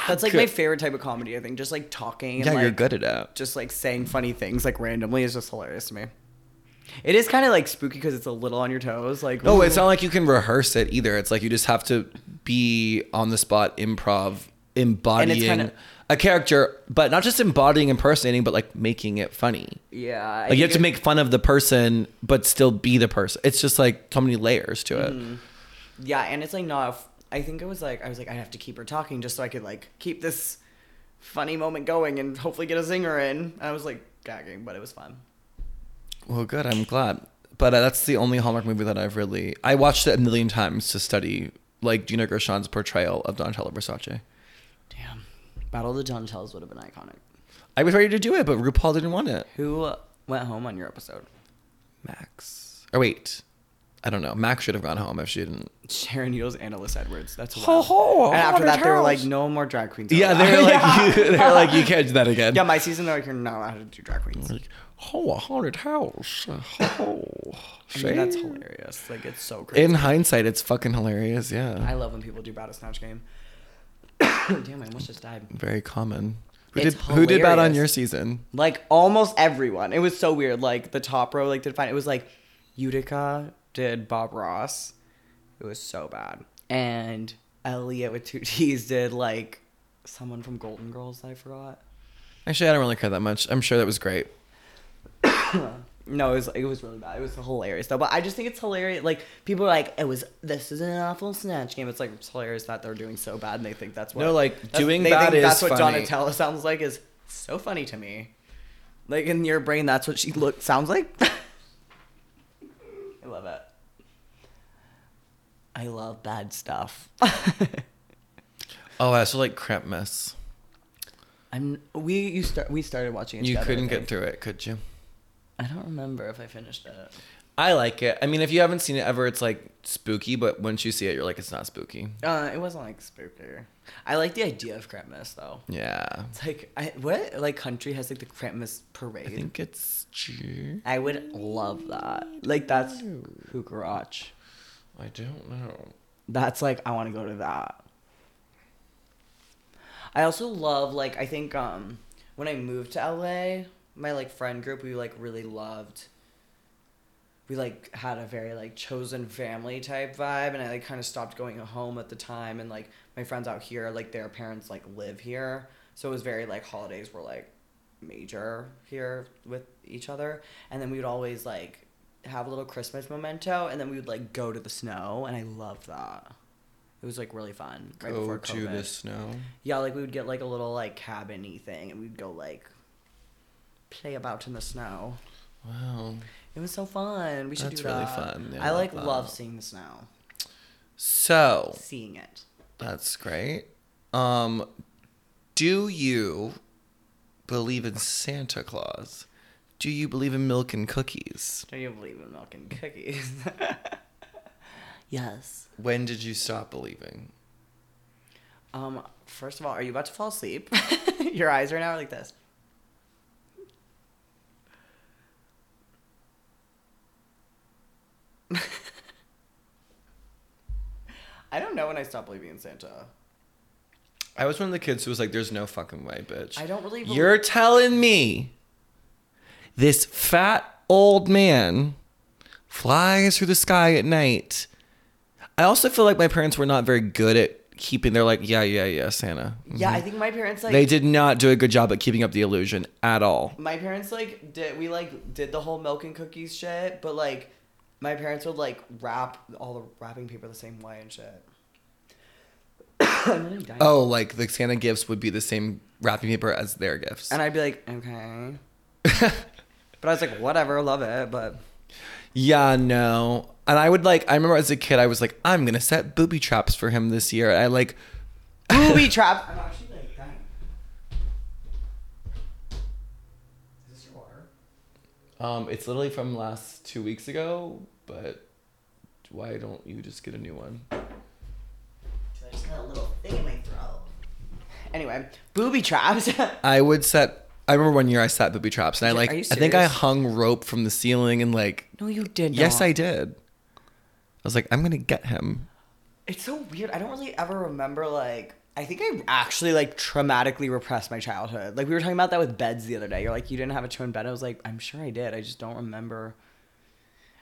That's like good. my favorite type of comedy, I think. Just like talking and yeah, like you're good at it. just like saying funny things like randomly is just hilarious to me. It is kind of like spooky because it's a little on your toes. Like No, it's not like you can rehearse it either. It's like you just have to be on the spot improv, embodying kinda- a character, but not just embodying, impersonating, but like making it funny. yeah. I Like you think have to it- make fun of the person, but still be the person. It's just like so many layers to it. Mm-hmm. yeah, and it's like not. f- I think it was like I was like I have to keep her talking just so I could like keep this funny moment going and hopefully get a zinger in. I was like gagging, but it was fun. Well, good. I'm glad. But uh, that's the only Hallmark movie that I've really. I watched it a million times to study like Gina Gershon's portrayal of Donatella Versace. Damn, Battle of the Donatellas would have been iconic. I was ready to do it, but RuPaul didn't want it. Who went home on your episode? Max. Or wait, I don't know. Max should have gone home if she didn't. Sharon Needles and Alyssa Edwards. That's Ho, wild. ho, And after that, they were haunted like, house. no more drag queens. Yeah, allowed. they're like, you, they're like, you can't do that again. yeah. My season, they're like, you're not allowed to do drag queens. Like, oh, a haunted house. Oh, I mean, that's shame. hilarious. Like, it's so great. In hindsight, it's fucking hilarious. Yeah, I love when people do Bada Snatch Game. Damn, I almost just died. very common. Who It's did who did that on hilarious. your season? Like, almost everyone. It was so weird. Like, the top row, like, did fine. It was like Utica did Bob Ross. It was so bad. And Elliot with two T's did, like, someone from Golden Girls, I forgot. Actually, I don't really care that much. I'm sure that was great. No, it was it was really bad. It was hilarious though. But I just think it's hilarious. Like people are like, it was this is an awful snatch game. It's like it's hilarious that they're doing so bad and they think that's what No, like, that's- doing they bad think that's is what funny. Donatella sounds like is so funny to me. Like in your brain, that's what she look sounds like. I love it. I love bad stuff. Oh, I also like crap mess. I'm we you start we started watching it. You together, I couldn't get think. through it, could you? I don't remember if I finished it. I like it. I mean, if you haven't seen it ever, it's like spooky. But once you see it, you're like, it's not spooky. Uh, it wasn't like spooky. I like the idea of Krampus though. Yeah, It's like I, what like country has like the Krampus parade. I I, think it's. June. would love that. Like that's Hugarach. I don't know. That's like I want to go to that. I also love like I think um when I moved to LA, my like friend group we like really loved. We like had a very like chosen family type vibe, and I like kind of stopped going home at the time, and like my friends out here like their parents like live here, so it was very like holidays were like major here with each other, and then we would always like have a little Christmas memento, and then we would like go to the snow, and I loved that. It was like really fun. Right Go before to COVID. the snow. Yeah, like we would get like a little like cabin-y thing and we'd go like play about in the snow. Wow. It was so fun. We should That's do really that. fun. Yeah, I I like love that. Oh. love seeing the snow. So Seeing it. That's great. Um, do you believe in Santa Claus? Do you believe in milk and cookies? Don't you believe in milk and cookies? yes. When did you stop believing? Um, first of all, are you about to fall asleep? Your eyes right now are like this. I don't know when I stopped believing in Santa. I was one of the kids who was like, "There's no fucking way, bitch." I don't really believe- You're telling me this fat old man flies through the sky at night. I also feel like my parents were not very good at keeping. They're like, "Yeah, yeah, yeah, Santa." Mhm. Yeah, I think my parents like they did not do a good job at keeping up the illusion at all. my parents like did we like did the whole milk and cookies shit, but like my parents would like wrap all the wrapping paper the same way and shit. I'm really dying. Oh, like the Santa gifts would be the same wrapping paper as their gifts. And I'd be like, okay. but I was like, whatever, love it. But yeah, no. And I would like, I remember as a kid, I was like, I'm going to set booby traps for him this year. I like, booby trap. I'm actually like, dang. Is this your water? um, it's literally from last two weeks ago, but why don't you just get a new one? I just got a little thing in my throat. Anyway, booby traps. I would set, I remember one year I set booby traps and I Are like, you I think I serious? hung rope from the ceiling and like, no, you did. yes, not. I did. I was like, I'm going to get him. It's so weird. I don't really ever remember like I think I actually like traumatically repressed my childhood. Like we were talking about that with beds the other day. You're like you didn't have a twin bed. I was like I'm sure I did. I just don't remember.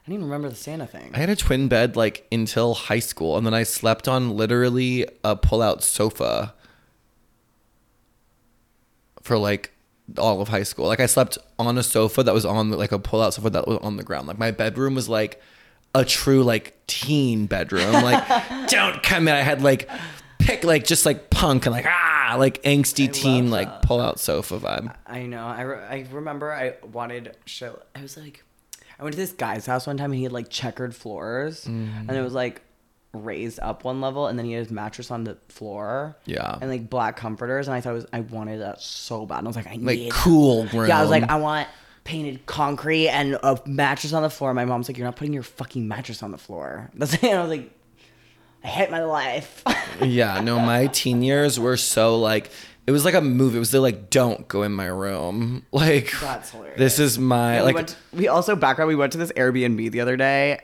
I don't even remember the Santa thing. I had a twin bed like until high school, and then I slept on literally a pull-out sofa for like all of high school. Like I slept on a sofa that was on like a pull-out sofa that was on the ground. Like my bedroom was like a true like teen bedroom. Like don't come in. I had like pick like just like punk and like ah like angsty I teen love like that. pull-out sofa vibe. I know. I, re- I remember I wanted shit. I was like, I went to this guy's house one time and he had like checkered floors Mm. and it was like raised up one level and then he had his mattress on the floor. Yeah. And like black comforters and I thought it was I wanted that so bad. And I was like, I Like need cool room. Yeah, I was like, I want painted concrete and a mattress on the floor. My mom's like, "You're not putting your fucking mattress on the floor." That's it. I was like, "I hate my life." Yeah, no, my teen years were so like it was like a movie. It was the like, don't go in my room. Like That's hilarious. This is my we, like went to- we also background. We went to this Airbnb the other day,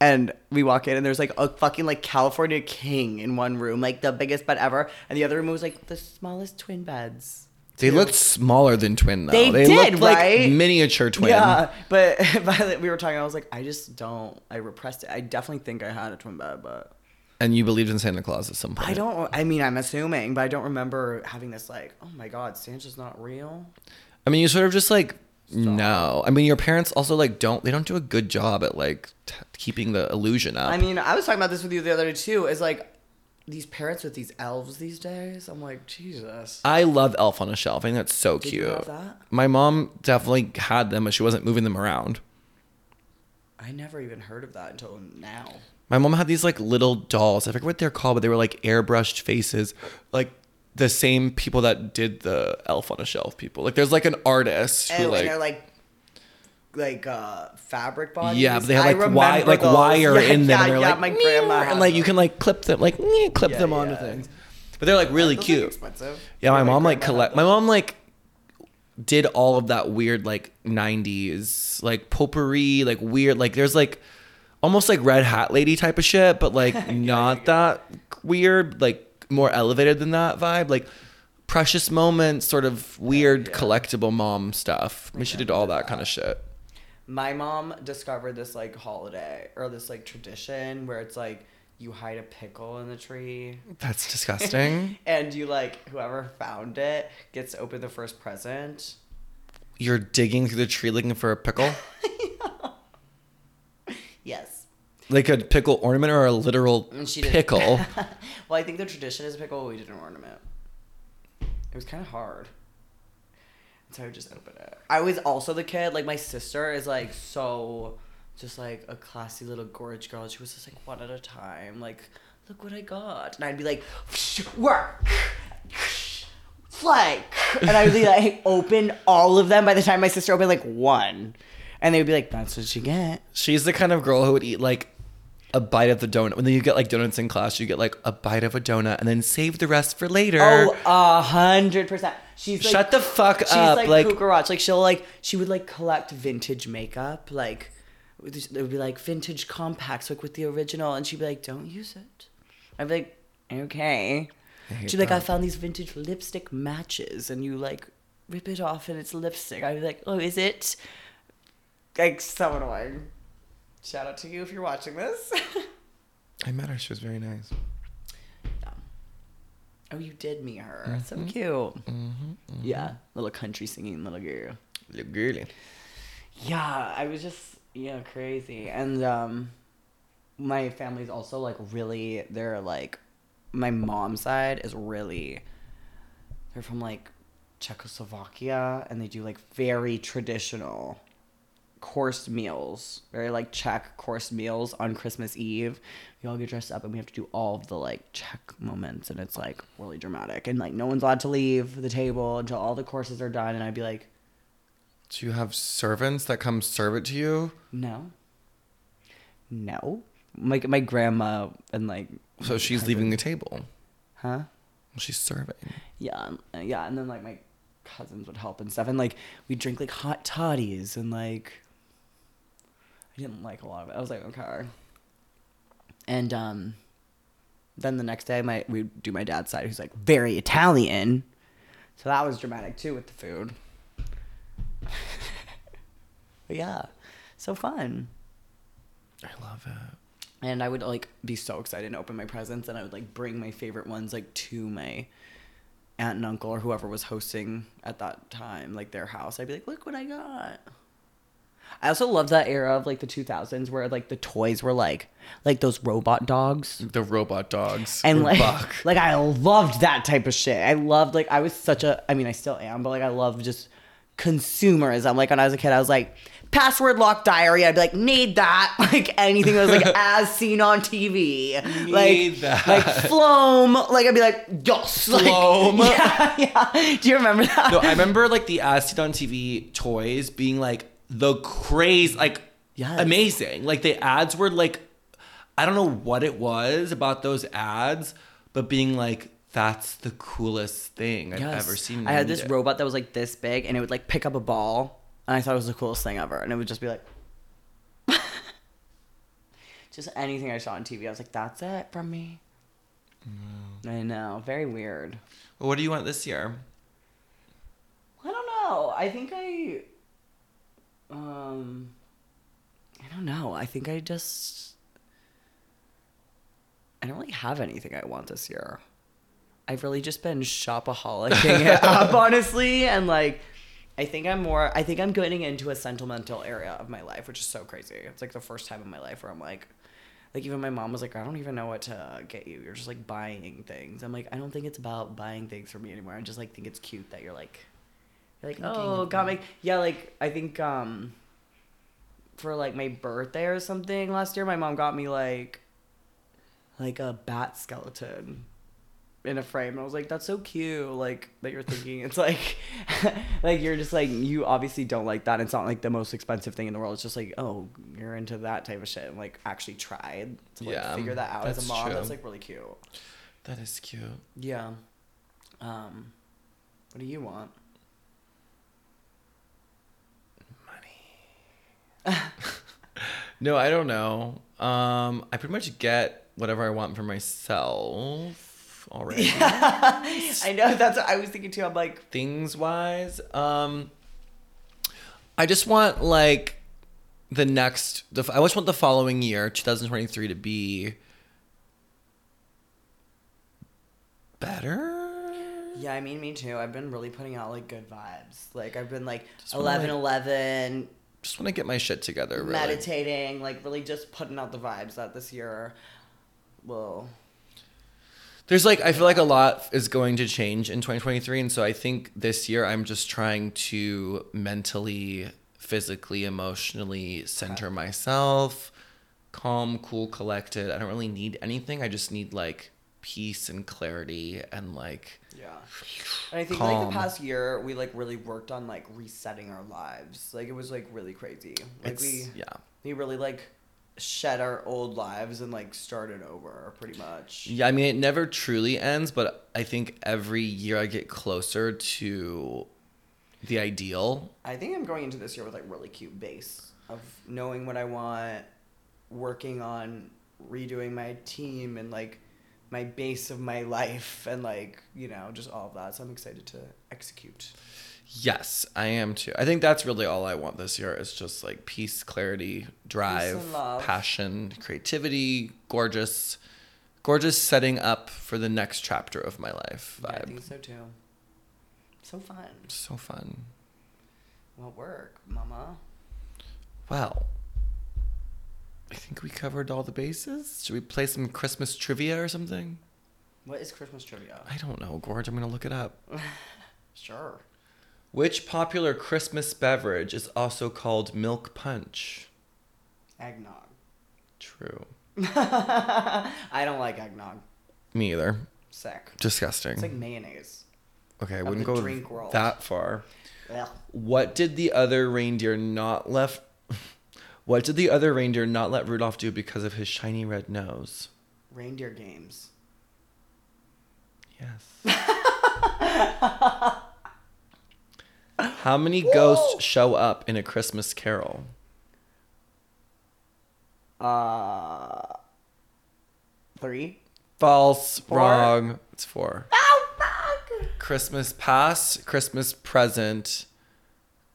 and we walk in and there's like a fucking like California king in one room, like the biggest bed ever, and the other room was like the smallest twin beds. they looked smaller than twin though. They did, looked like right? miniature twin. Yeah, but by the, we were talking. I was like, I just don't. I repressed it. I definitely think I had a twin bed, but And you believed in Santa Claus at some point. I don't. I mean, I'm assuming, but I don't remember having this like, oh my god, Santa's not real. I mean, you sort of just like no. I mean, your parents also like don't they don't do a good job at like t- keeping the illusion up. I mean, I was talking about this with you the other day too. Is like these parents with these elves these days. I'm like, Jesus. I love Elf on a Shelf. I think that's so you cute. have that? My mom definitely had them, but she wasn't moving them around. I never even heard of that until now. My mom had these like little dolls. I forget what they're called, but they were like airbrushed faces, like the same people that did the Elf on a Shelf people. Like there's like an artist who Oh, And, like, and they're like, like uh, fabric bodies. yeah, but they had I like wire remember like those. wire Yeah, in them. Yeah, and they're yeah, like my grandma. "Meow," had and like you those. can like clip them like "Meow," clip Yeah, them onto yeah. things. But they're like really Those are cute. expensive. Yeah, my mom grandma like had collect. those. My mom like did all of that weird like '90s like potpourri, like weird like there's like almost like red hat lady type of shit, but like not that weird, like more elevated than that vibe, like precious moments, sort of weird collectible mom stuff. I mean, she did all that kind of shit. my mom discovered this like holiday or this like tradition where it's like you hide a pickle in the tree That's disgusting. Mm-hmm. and you like whoever found it gets to open the first present You're digging through the tree looking for a pickle, yes like a pickle ornament or a literal and she did pickle. well i think the tradition is pickle we did an ornament it was kind of hard And so i would just open it i was also the kid like my sister is like so just like a classy little gorge girl she was just like one at a time like look what i got and i'd be like work slay and i would be like open all of them by the time my sister opened like one and they would be like that's what you get She's the kind of girl who would eat like a bite of the donut. When you get like donuts in class, you get like a bite of a donut and then save the rest for later. Oh, a hundred percent. She's like, Er. Shut the fuck she's up, Like, like- like Kukarach. Like she'll like she would like collect vintage makeup. Like with this- it would be like vintage compacts, like with the original, and she'd be like, "Don't use it." I'd be like, "Okay." hate She'd be like, "I that. found these vintage lipstick matches, and you like rip it off, and it's lipstick." I'd be like, "Oh, is it?" Like so annoying. Shout out to you if you're watching this. I met her. She was very nice. Oh, you did meet her. So Mm-hmm. cute. Yeah, little country singing little girl. You mm-hmm. girly. Yeah, I was just yeah crazy, and um, my family's also like really. They're like, my mom's side is really. They're from like Czechoslovakia, and they do like very traditional course meals, very like Czech course meals on Christmas Eve. We all get dressed up, and we have to do all of the like Czech moments, and it's like really dramatic, and like no one's allowed to leave the table until all the courses are done, and I'd be like. Do you have servants that come serve it to you? No. No. My my grandma and like So she's leaving the table. huh? She's serving. Yeah, and- uh, yeah, and then like my cousins would help and stuff and like we drink like hot toddies and like I didn't like a lot of it. I was like, okay. And um then the next day my we do my dad's side who's like very Italian. So that was dramatic too with the food. but yeah. So fun. I love it. and I would like be so excited and open my presents, and I would like bring my favorite ones like to my aunt and uncle or whoever was hosting at that time, like their house. I'd be like, "Look what I got." I also love that era of like the 2000s where like the toys were like like those robot dogs The robot dogs. and were like buck. like I loved that type of shit. I loved like I was such a I mean I still am, but like I love just consumerism. Like when I was a kid, I was like, password lock diary. I'd be like, need that. Like anything that was like as seen on TV. Need like that. like Floam. Like I'd be like, yes. Like, Floam? Yeah, yeah. Do you remember that? No, I remember like the as seen on TV toys being like the craze, like Yes. amazing. Like the ads were like, I don't know what it was about those ads, but being like, that's the coolest thing I've Yes. ever seen. I had named this it. robot that was like this big, and it would like pick up a ball, and I thought it was the coolest thing ever. And it would just be like, just anything I saw on TV. I was like, that's it from me. Mm. I know, very weird. Well, What do you want this year? I don't know. I think I, um, I don't know. I think I just, I don't really have anything I want this year. I've really just been shopaholicing it up, honestly, and like, I think I'm more. I think I'm getting into a sentimental area of my life, which is so crazy. It's like the first time in my life where I'm like, like even my mom was like, I don't even know what to get you. You're just like buying things. I'm like, I don't think it's about buying things for me anymore. I just like think it's cute that you're like, you're like, Thinking oh, of got me. Yeah, like I think um, for like my birthday or something last year, my mom got me like, like a bat skeleton in a frame and I was like that's so cute like that you're thinking it's like like you're just like you obviously don't like that it's not like the most expensive thing in the world it's just like oh you're into that type of shit and like actually tried to like Yeah, figure that out as that's a mom true. that's like really cute That is cute. yeah um what do you want No, I don't know. Um, I pretty much get whatever I want for myself already. I know that's what I was thinking too I'm like things wise. Um, I just want like the next. The, I just want the following year, 2023, to be better. Yeah, I mean, me too. I've been really putting out like good vibes. Like I've been like wanna, like- eleven, eleven, Just want to get my shit together. Really. meditating, like really just putting out the vibes that this year will. There's like I feel like a lot is going to change in 2023 and so I think this year I'm just trying to mentally, physically, emotionally center myself, calm, cool, collected. I don't really need anything. I just need like peace and clarity and like Yeah. And I think like Calm. the past year we like really worked on like resetting our lives. Like it was like really crazy. Like it's we yeah. we really like shed our old lives and like started over pretty much. Yeah, I mean it never truly ends, but I think every year I get closer to the ideal. I think I'm going into this year with like really cute base of knowing what I want, working on redoing my team and like my base of my life and like, you know, just all of that. So I'm excited to execute. Yes, I am too. I think that's really all I want this year is just like peace, clarity, drive, and love. passion, creativity, gorgeous, gorgeous setting up for the next chapter of my life Yeah, I vibe. think so too. So fun. so fun. Well, work, mama. Well, I think we covered all the bases. Should we play some Christmas trivia or something? What is Christmas trivia? I don't know, Gorge. I'm going to look it up. Sure. Which popular Christmas beverage is also called milk punch? Eggnog. True. I don't like eggnog. Me either. Sick. Disgusting. It's like mayonnaise. Okay, I of wouldn't the go drink world. that far. Ugh. What did the other reindeer not left? What did the other reindeer not let Rudolph do because of his shiny red nose? Reindeer games. Yes. How many ghosts show up in a Christmas Carol? Uh, three. False. Four. Wrong. It's four. Oh fuck! Christmas past, Christmas present,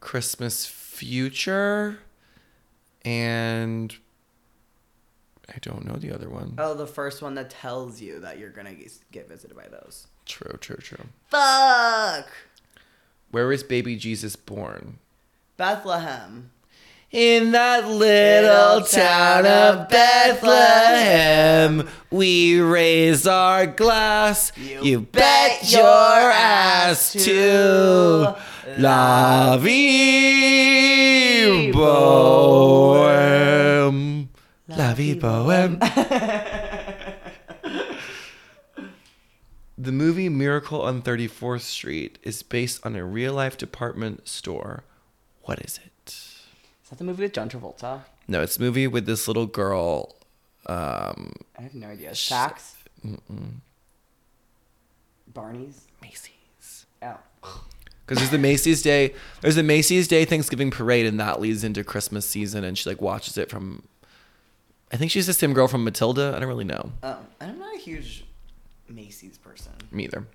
Christmas future, and I don't know the other one. Oh, the first one that tells you that you're gonna get- get visited by those. True, true, true. Fuck! Where is baby Jesus born? Bethlehem. In that little town of Bethlehem, we raise our glass. You bet your ass to. La vie bohème. La vie bohème. The movie Miracle on 34th Street is based on a real life department store. What is it? Is that the movie with John Travolta? No, it's a movie with this little girl. Um, I have no idea. Shacks? Barney's? Macy's. Oh. Because there's the Macy's Day, there's the Macy's Day Thanksgiving parade, and that leads into Christmas season. And she like watches it from. I think she's the same girl from Matilda. I don't really know. Um, I'm not a huge Macy's person. Me either.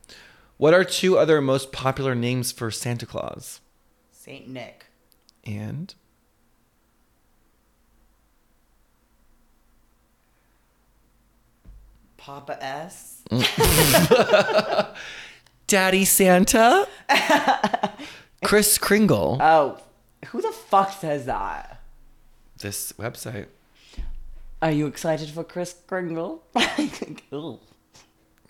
What are two other most popular names for Santa Claus? St. Nick. And Papa S. Daddy Santa. Chris Kringle. Oh, who the fuck says that? this website. Are you excited for Chris Kringle? Ooh.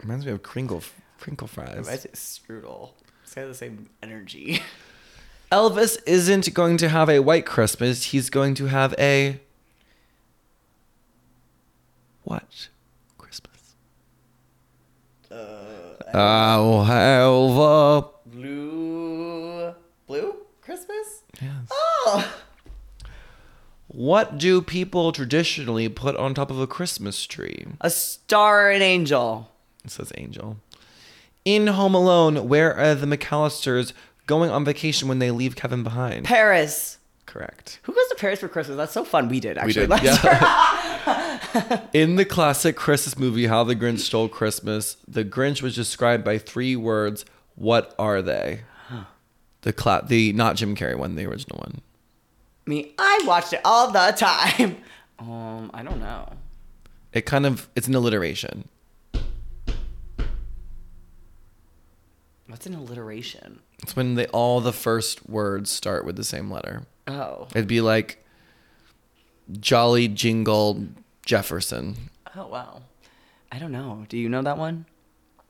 Reminds me of Kringle Kringle fries. I said strudel. It's got the same energy. Elvis isn't going to have a white Christmas. He's going to have a what Christmas? Uh, Oh, Elva. Blue. Blue Christmas? Yes. Oh! What do people traditionally put on top of a Christmas tree? A star and angel. It says Angel. In Home Alone, where are the McAllisters going on vacation when they leave Kevin behind? Paris. Correct. Who goes to Paris for Christmas? That's so fun. We did We actually did. last year. Yeah. In the classic Christmas movie, How the Grinch Stole Christmas, the Grinch was described by three words. What are they? The cla- the not Jim Carrey one, the original one. Me, I watched it all the time. Um, I don't know. It kind of it's an alliteration. What's an alliteration? It's when they all the first words start with the same letter. Oh, It'd be like Jolly Jingle Jefferson. oh wow. I don't know. Do you know that one?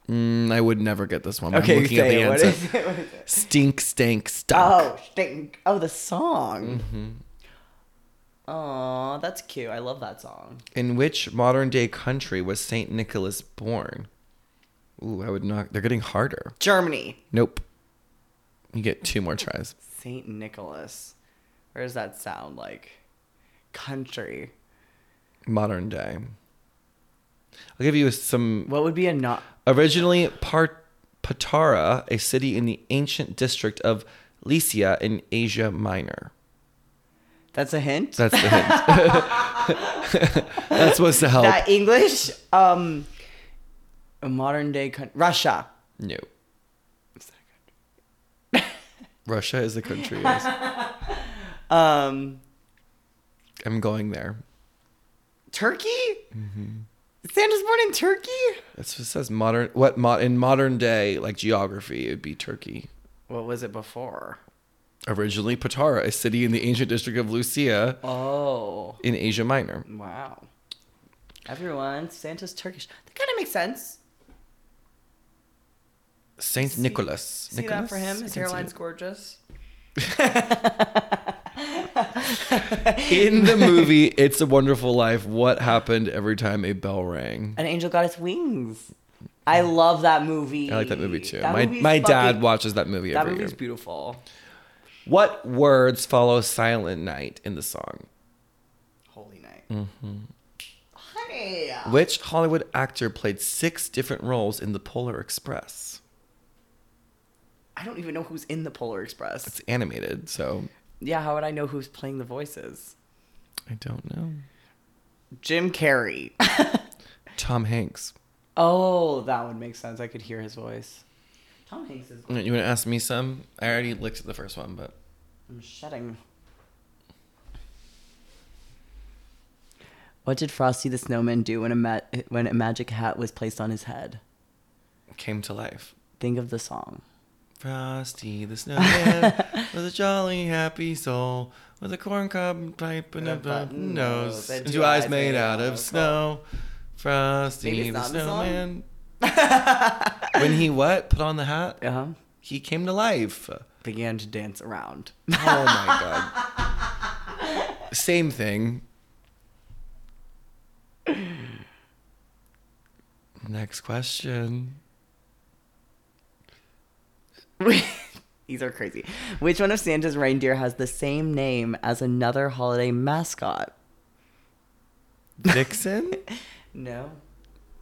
Mm, I would never get this one. but Okay, I'm looking at the say it. What answer. is it? What is it? Stink, stank, stunk. Oh, stink. Oh, the song. Mm-hmm. Aw, that's cute. I love that song. In which modern day country was Saint Nicholas born? Ooh, I would not. They're getting harder. Germany. Nope. You get two more tries. Saint Nicholas. Where does that sound like? Country. Modern day. I'll give you some What would be a not? Originally, Part- Patara, a city in the ancient district of Lycia in Asia Minor. That's a hint. That's the hint. That's supposed to help. that English. Um, a modern day country. Russia. no. Russia is the country. yes. Um, I'm going there. Turkey. Mm-hmm. Santa's born in Turkey. That's what it says modern. What mo- in modern day like geography? It'd be Turkey. What was it before? Originally, Patara, a city in the ancient district of Lucia Oh, in Asia Minor. wow. Everyone, Santa's Turkish. That kind of makes sense. Saint Nicholas. See that for him? His hairline's gorgeous. In the movie It's a Wonderful Life, what happened every time a bell rang? An angel got its wings. I love that movie. I like that movie too. That my movie's my dad fucking- watches that movie That every year. movie's beautiful. What words follow Silent Night in the song? Holy night. Mm-hmm. Honey. Which Hollywood actor played six different roles in The Polar Express? I don't even know who's in the Polar Express. It's animated, so yeah, how would I know who's playing the voices? I don't know. Jim Carrey. Tom Hanks. oh, that would make sense. I could hear his voice. Tom Hanks is. You want to ask me some? I already looked at the first one, but I'm shedding. What did Frosty the Snowman do when a ma- when a magic hat was placed on his head? came to life. Think of the song. Frosty the Snowman was a jolly happy soul with a corncob pipe and a button nose and two eyes made out of snow. Maybe Frosty it's the not in the Snowman. when he what? Put on the hat? Uh huh. He came to life. began to dance around. Oh my god. Same thing. Next question. These are crazy. Which one of Santa's reindeer has the same name as another holiday mascot? Dixon? No.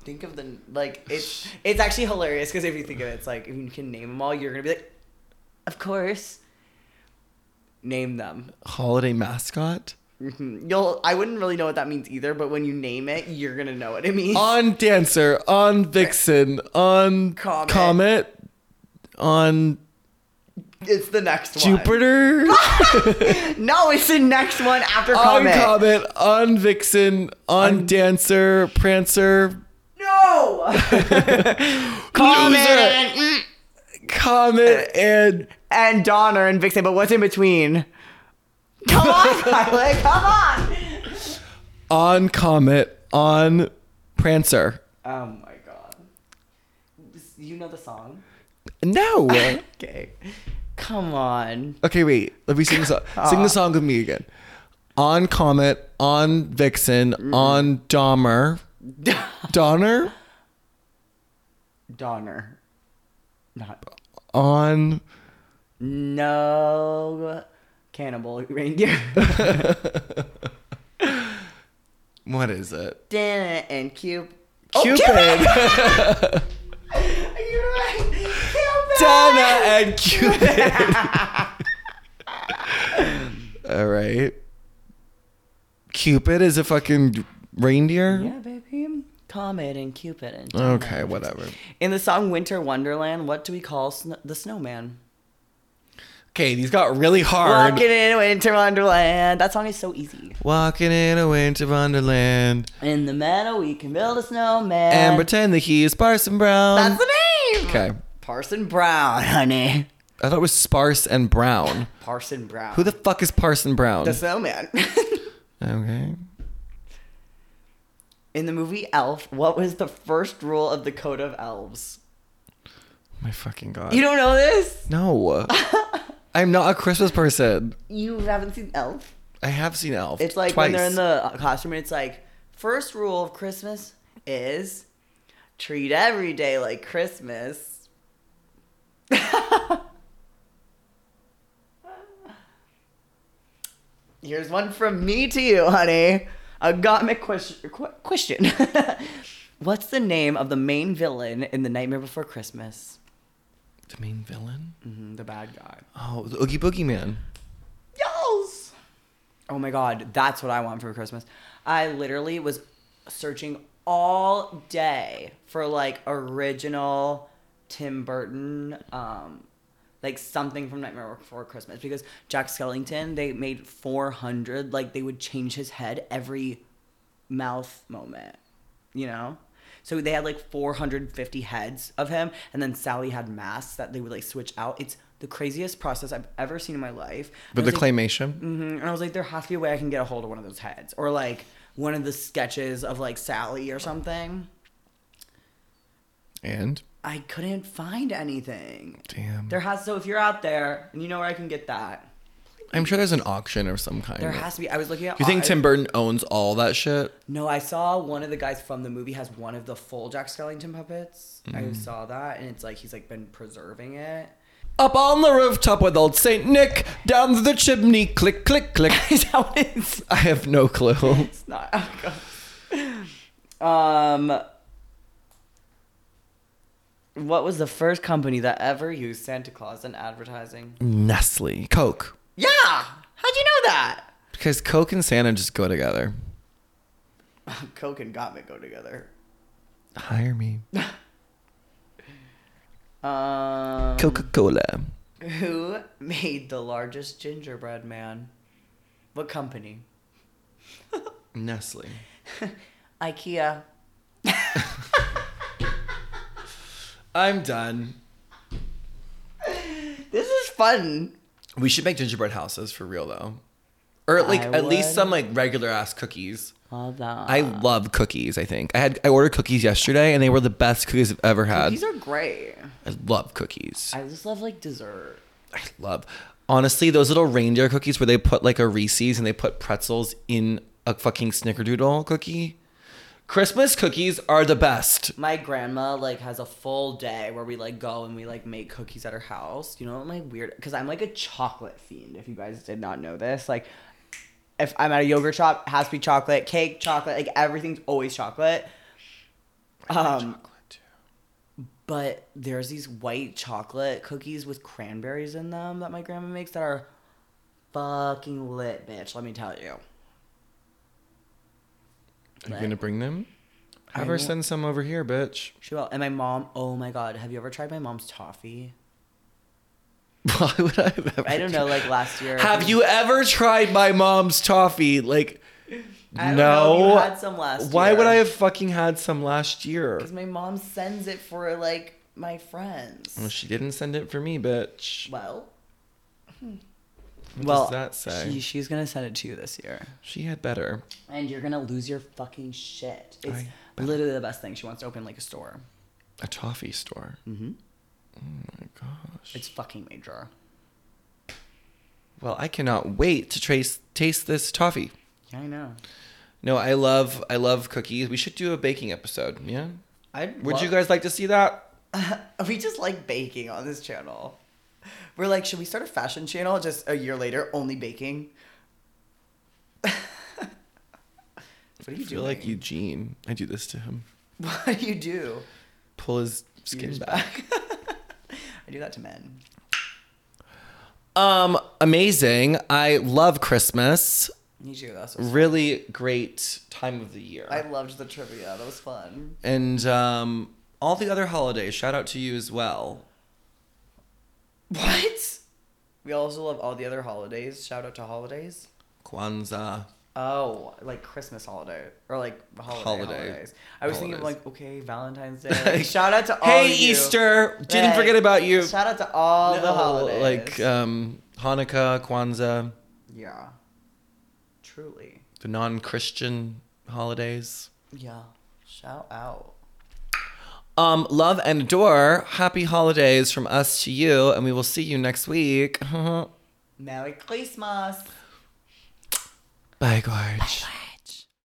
Think of the like it's it's actually hilarious because if you think of it, it's like if you can name them all, you're gonna be like, of course. Name them. Holiday mascot? Mhm. You'll. I wouldn't really know what that means either, but when you name it, you're gonna know what it means. On Dancer, on Vixen, on Comet. Comet on it's the next one. Jupiter, No, it's the next one after on Comet. Comet, on Vixen, on Dancer, Prancer, no. Comet Loser. Comet, and and Donner and Vixen, but what's in between? Come on, Violet. Come on. on Comet, on Prancer. Oh my god. You know the song. No. Okay. Come on. okay, wait. Let me sing the song. Ah. Sing the song with me again. On Comet, on Vixen, Mm-hmm. on Dahmer, Donner, Donner. Not. on No. Cannibal reindeer. what is it? Dana and Oh, Cupid. Cupid, Are you right? Cupid. Donna, and Cupid. All right. Cupid is a fucking reindeer. Yeah, baby. Comet and Cupid and. Dana. Okay, whatever. In the song "Winter Wonderland," what do we call sn- the snowman? Okay, these got really hard. Walking in Winter Wonderland. That song is so easy. Walking in a winter wonderland In the meadow, we can build a snowman. and pretend that he is Parson Brown. That's the name. okay. Parson Brown, honey. I thought it was Sparse and Brown. Parson Brown. Who the fuck is Parson Brown? the snowman? okay. In the movie Elf, what was the first rule of the Code of Elves? My fucking god. You don't know this? no. I'm not a Christmas person. You haven't seen Elf? I have seen Elf. It's like twice. when they're in the costume and it's like, first rule of Christmas is treat every day like Christmas. Here's one from me to you, honey. A gomic question. qu- question. What's the name of the main villain in The Nightmare Before Christmas? The main villain? Mhm, the bad guy. Oh, the Oogie Boogie Man. Yes. Oh my god, that's what I want for Christmas. I literally was searching all day for like original Tim Burton um like something from Nightmare Before Christmas because Jack Skellington, they made 400 like they would change his head every mouth moment, you know? So they had like 450 heads of him, and then Sally had masks that they would like switch out. It's the craziest process I've ever seen in my life. But I the was like, claymation. hmm And I was like, there has to be a way I can get a hold of one of those heads, or like one of the sketches of like Sally or something. And I couldn't find anything. damn. There has so if you're out there and you know where I can get that, I'm sure there's an auction of some kind. there has to be. I was looking at. you think I- Tim Burton owns all that shit? No, I saw one of the guys from the movie has one of the full Jack Skellington puppets. I saw that, and it's like he's like been preserving it. Up on the rooftop with old Saint Nick, down the chimney, click, click, click. Is that what it's? I have no clue. It's not. Oh God. Um. What was the first company that ever used Santa Claus in advertising? Nestle, Coke, Yeah, how'd you know that? because Coke and Santa just go together. Coke and Gottmik go together. Hire me, Um, Coca Cola. Who made the largest gingerbread man? What company? Nestle. IKEA. I'm done. This is fun. We should make gingerbread houses for real though, or like I at least would. Uh. some like regular ass cookies. Love that. I love cookies. I think I had I ordered cookies yesterday, and they were the best cookies I've ever had. These are great. I love cookies. I just love like dessert. I love. Honestly, those little reindeer cookies where they put like a Reese's and they put pretzels in a fucking snickerdoodle cookie. Christmas cookies are the best. My grandma like has a full day where we like go and we like make cookies at her house. You know what my weird because I'm like a chocolate fiend. If you guys did not know this, like if I'm at a yogurt shop, it has to be chocolate, cake, chocolate, like everything's always chocolate. Um, Chocolate. but there's these white chocolate cookies with cranberries in them that my grandma makes that are fucking lit, bitch. Let me tell you. Are you Like- gonna bring them? Have her will. send some over here, bitch. She will. And my mom, oh my god, have you ever tried my mom's toffee? Why would I have ever? I don't know, like last year. Have you ever tried my mom's toffee? Like, I don't no. know if you had some last Why year. would I have fucking had some last year? Because my mom sends it for like my friends. Well, Oh, she didn't send it for me, bitch. Well, What does well, that say? she- she's gonna send it to you this year, She had better. and you're gonna lose your fucking shit. It's I literally the best thing. She wants to open like a store. A toffee store. Mm-hmm. Oh my gosh. It's fucking major. Well, I cannot wait to trace taste this toffee. Yeah, I know. No, I love I love cookies. We should do a baking episode. Yeah. I Would you guys like to see that? we just like baking on this channel. We're like, should we start a fashion channel just a year later, only baking? what are I you feel doing? like Eugene. I do this to him. What do you do? Pull his skin back. I do that to men. Um, amazing. I love Christmas. Me too. That's what Really great time of the year. I loved the trivia. That was fun. and um, all the other holidays. Shout out to you as well. What? We also love all the other holidays. Shout out to holidays. Kwanzaa. Oh, like Christmas holiday or like holiday, Holiday. holidays. I was thinking Holidays. like, okay, Valentine's Day. Shout out to all. hey of you. Easter. Didn't Like, forget about you. Shout out to all the No, holidays. Like um, Hanukkah, Kwanzaa, yeah, truly. the non-Christian holidays. Yeah. Shout out. Um, love and adore. Happy holidays from us to you, and we will see you next week. Bye, Merry Christmas. Gorge. Bye.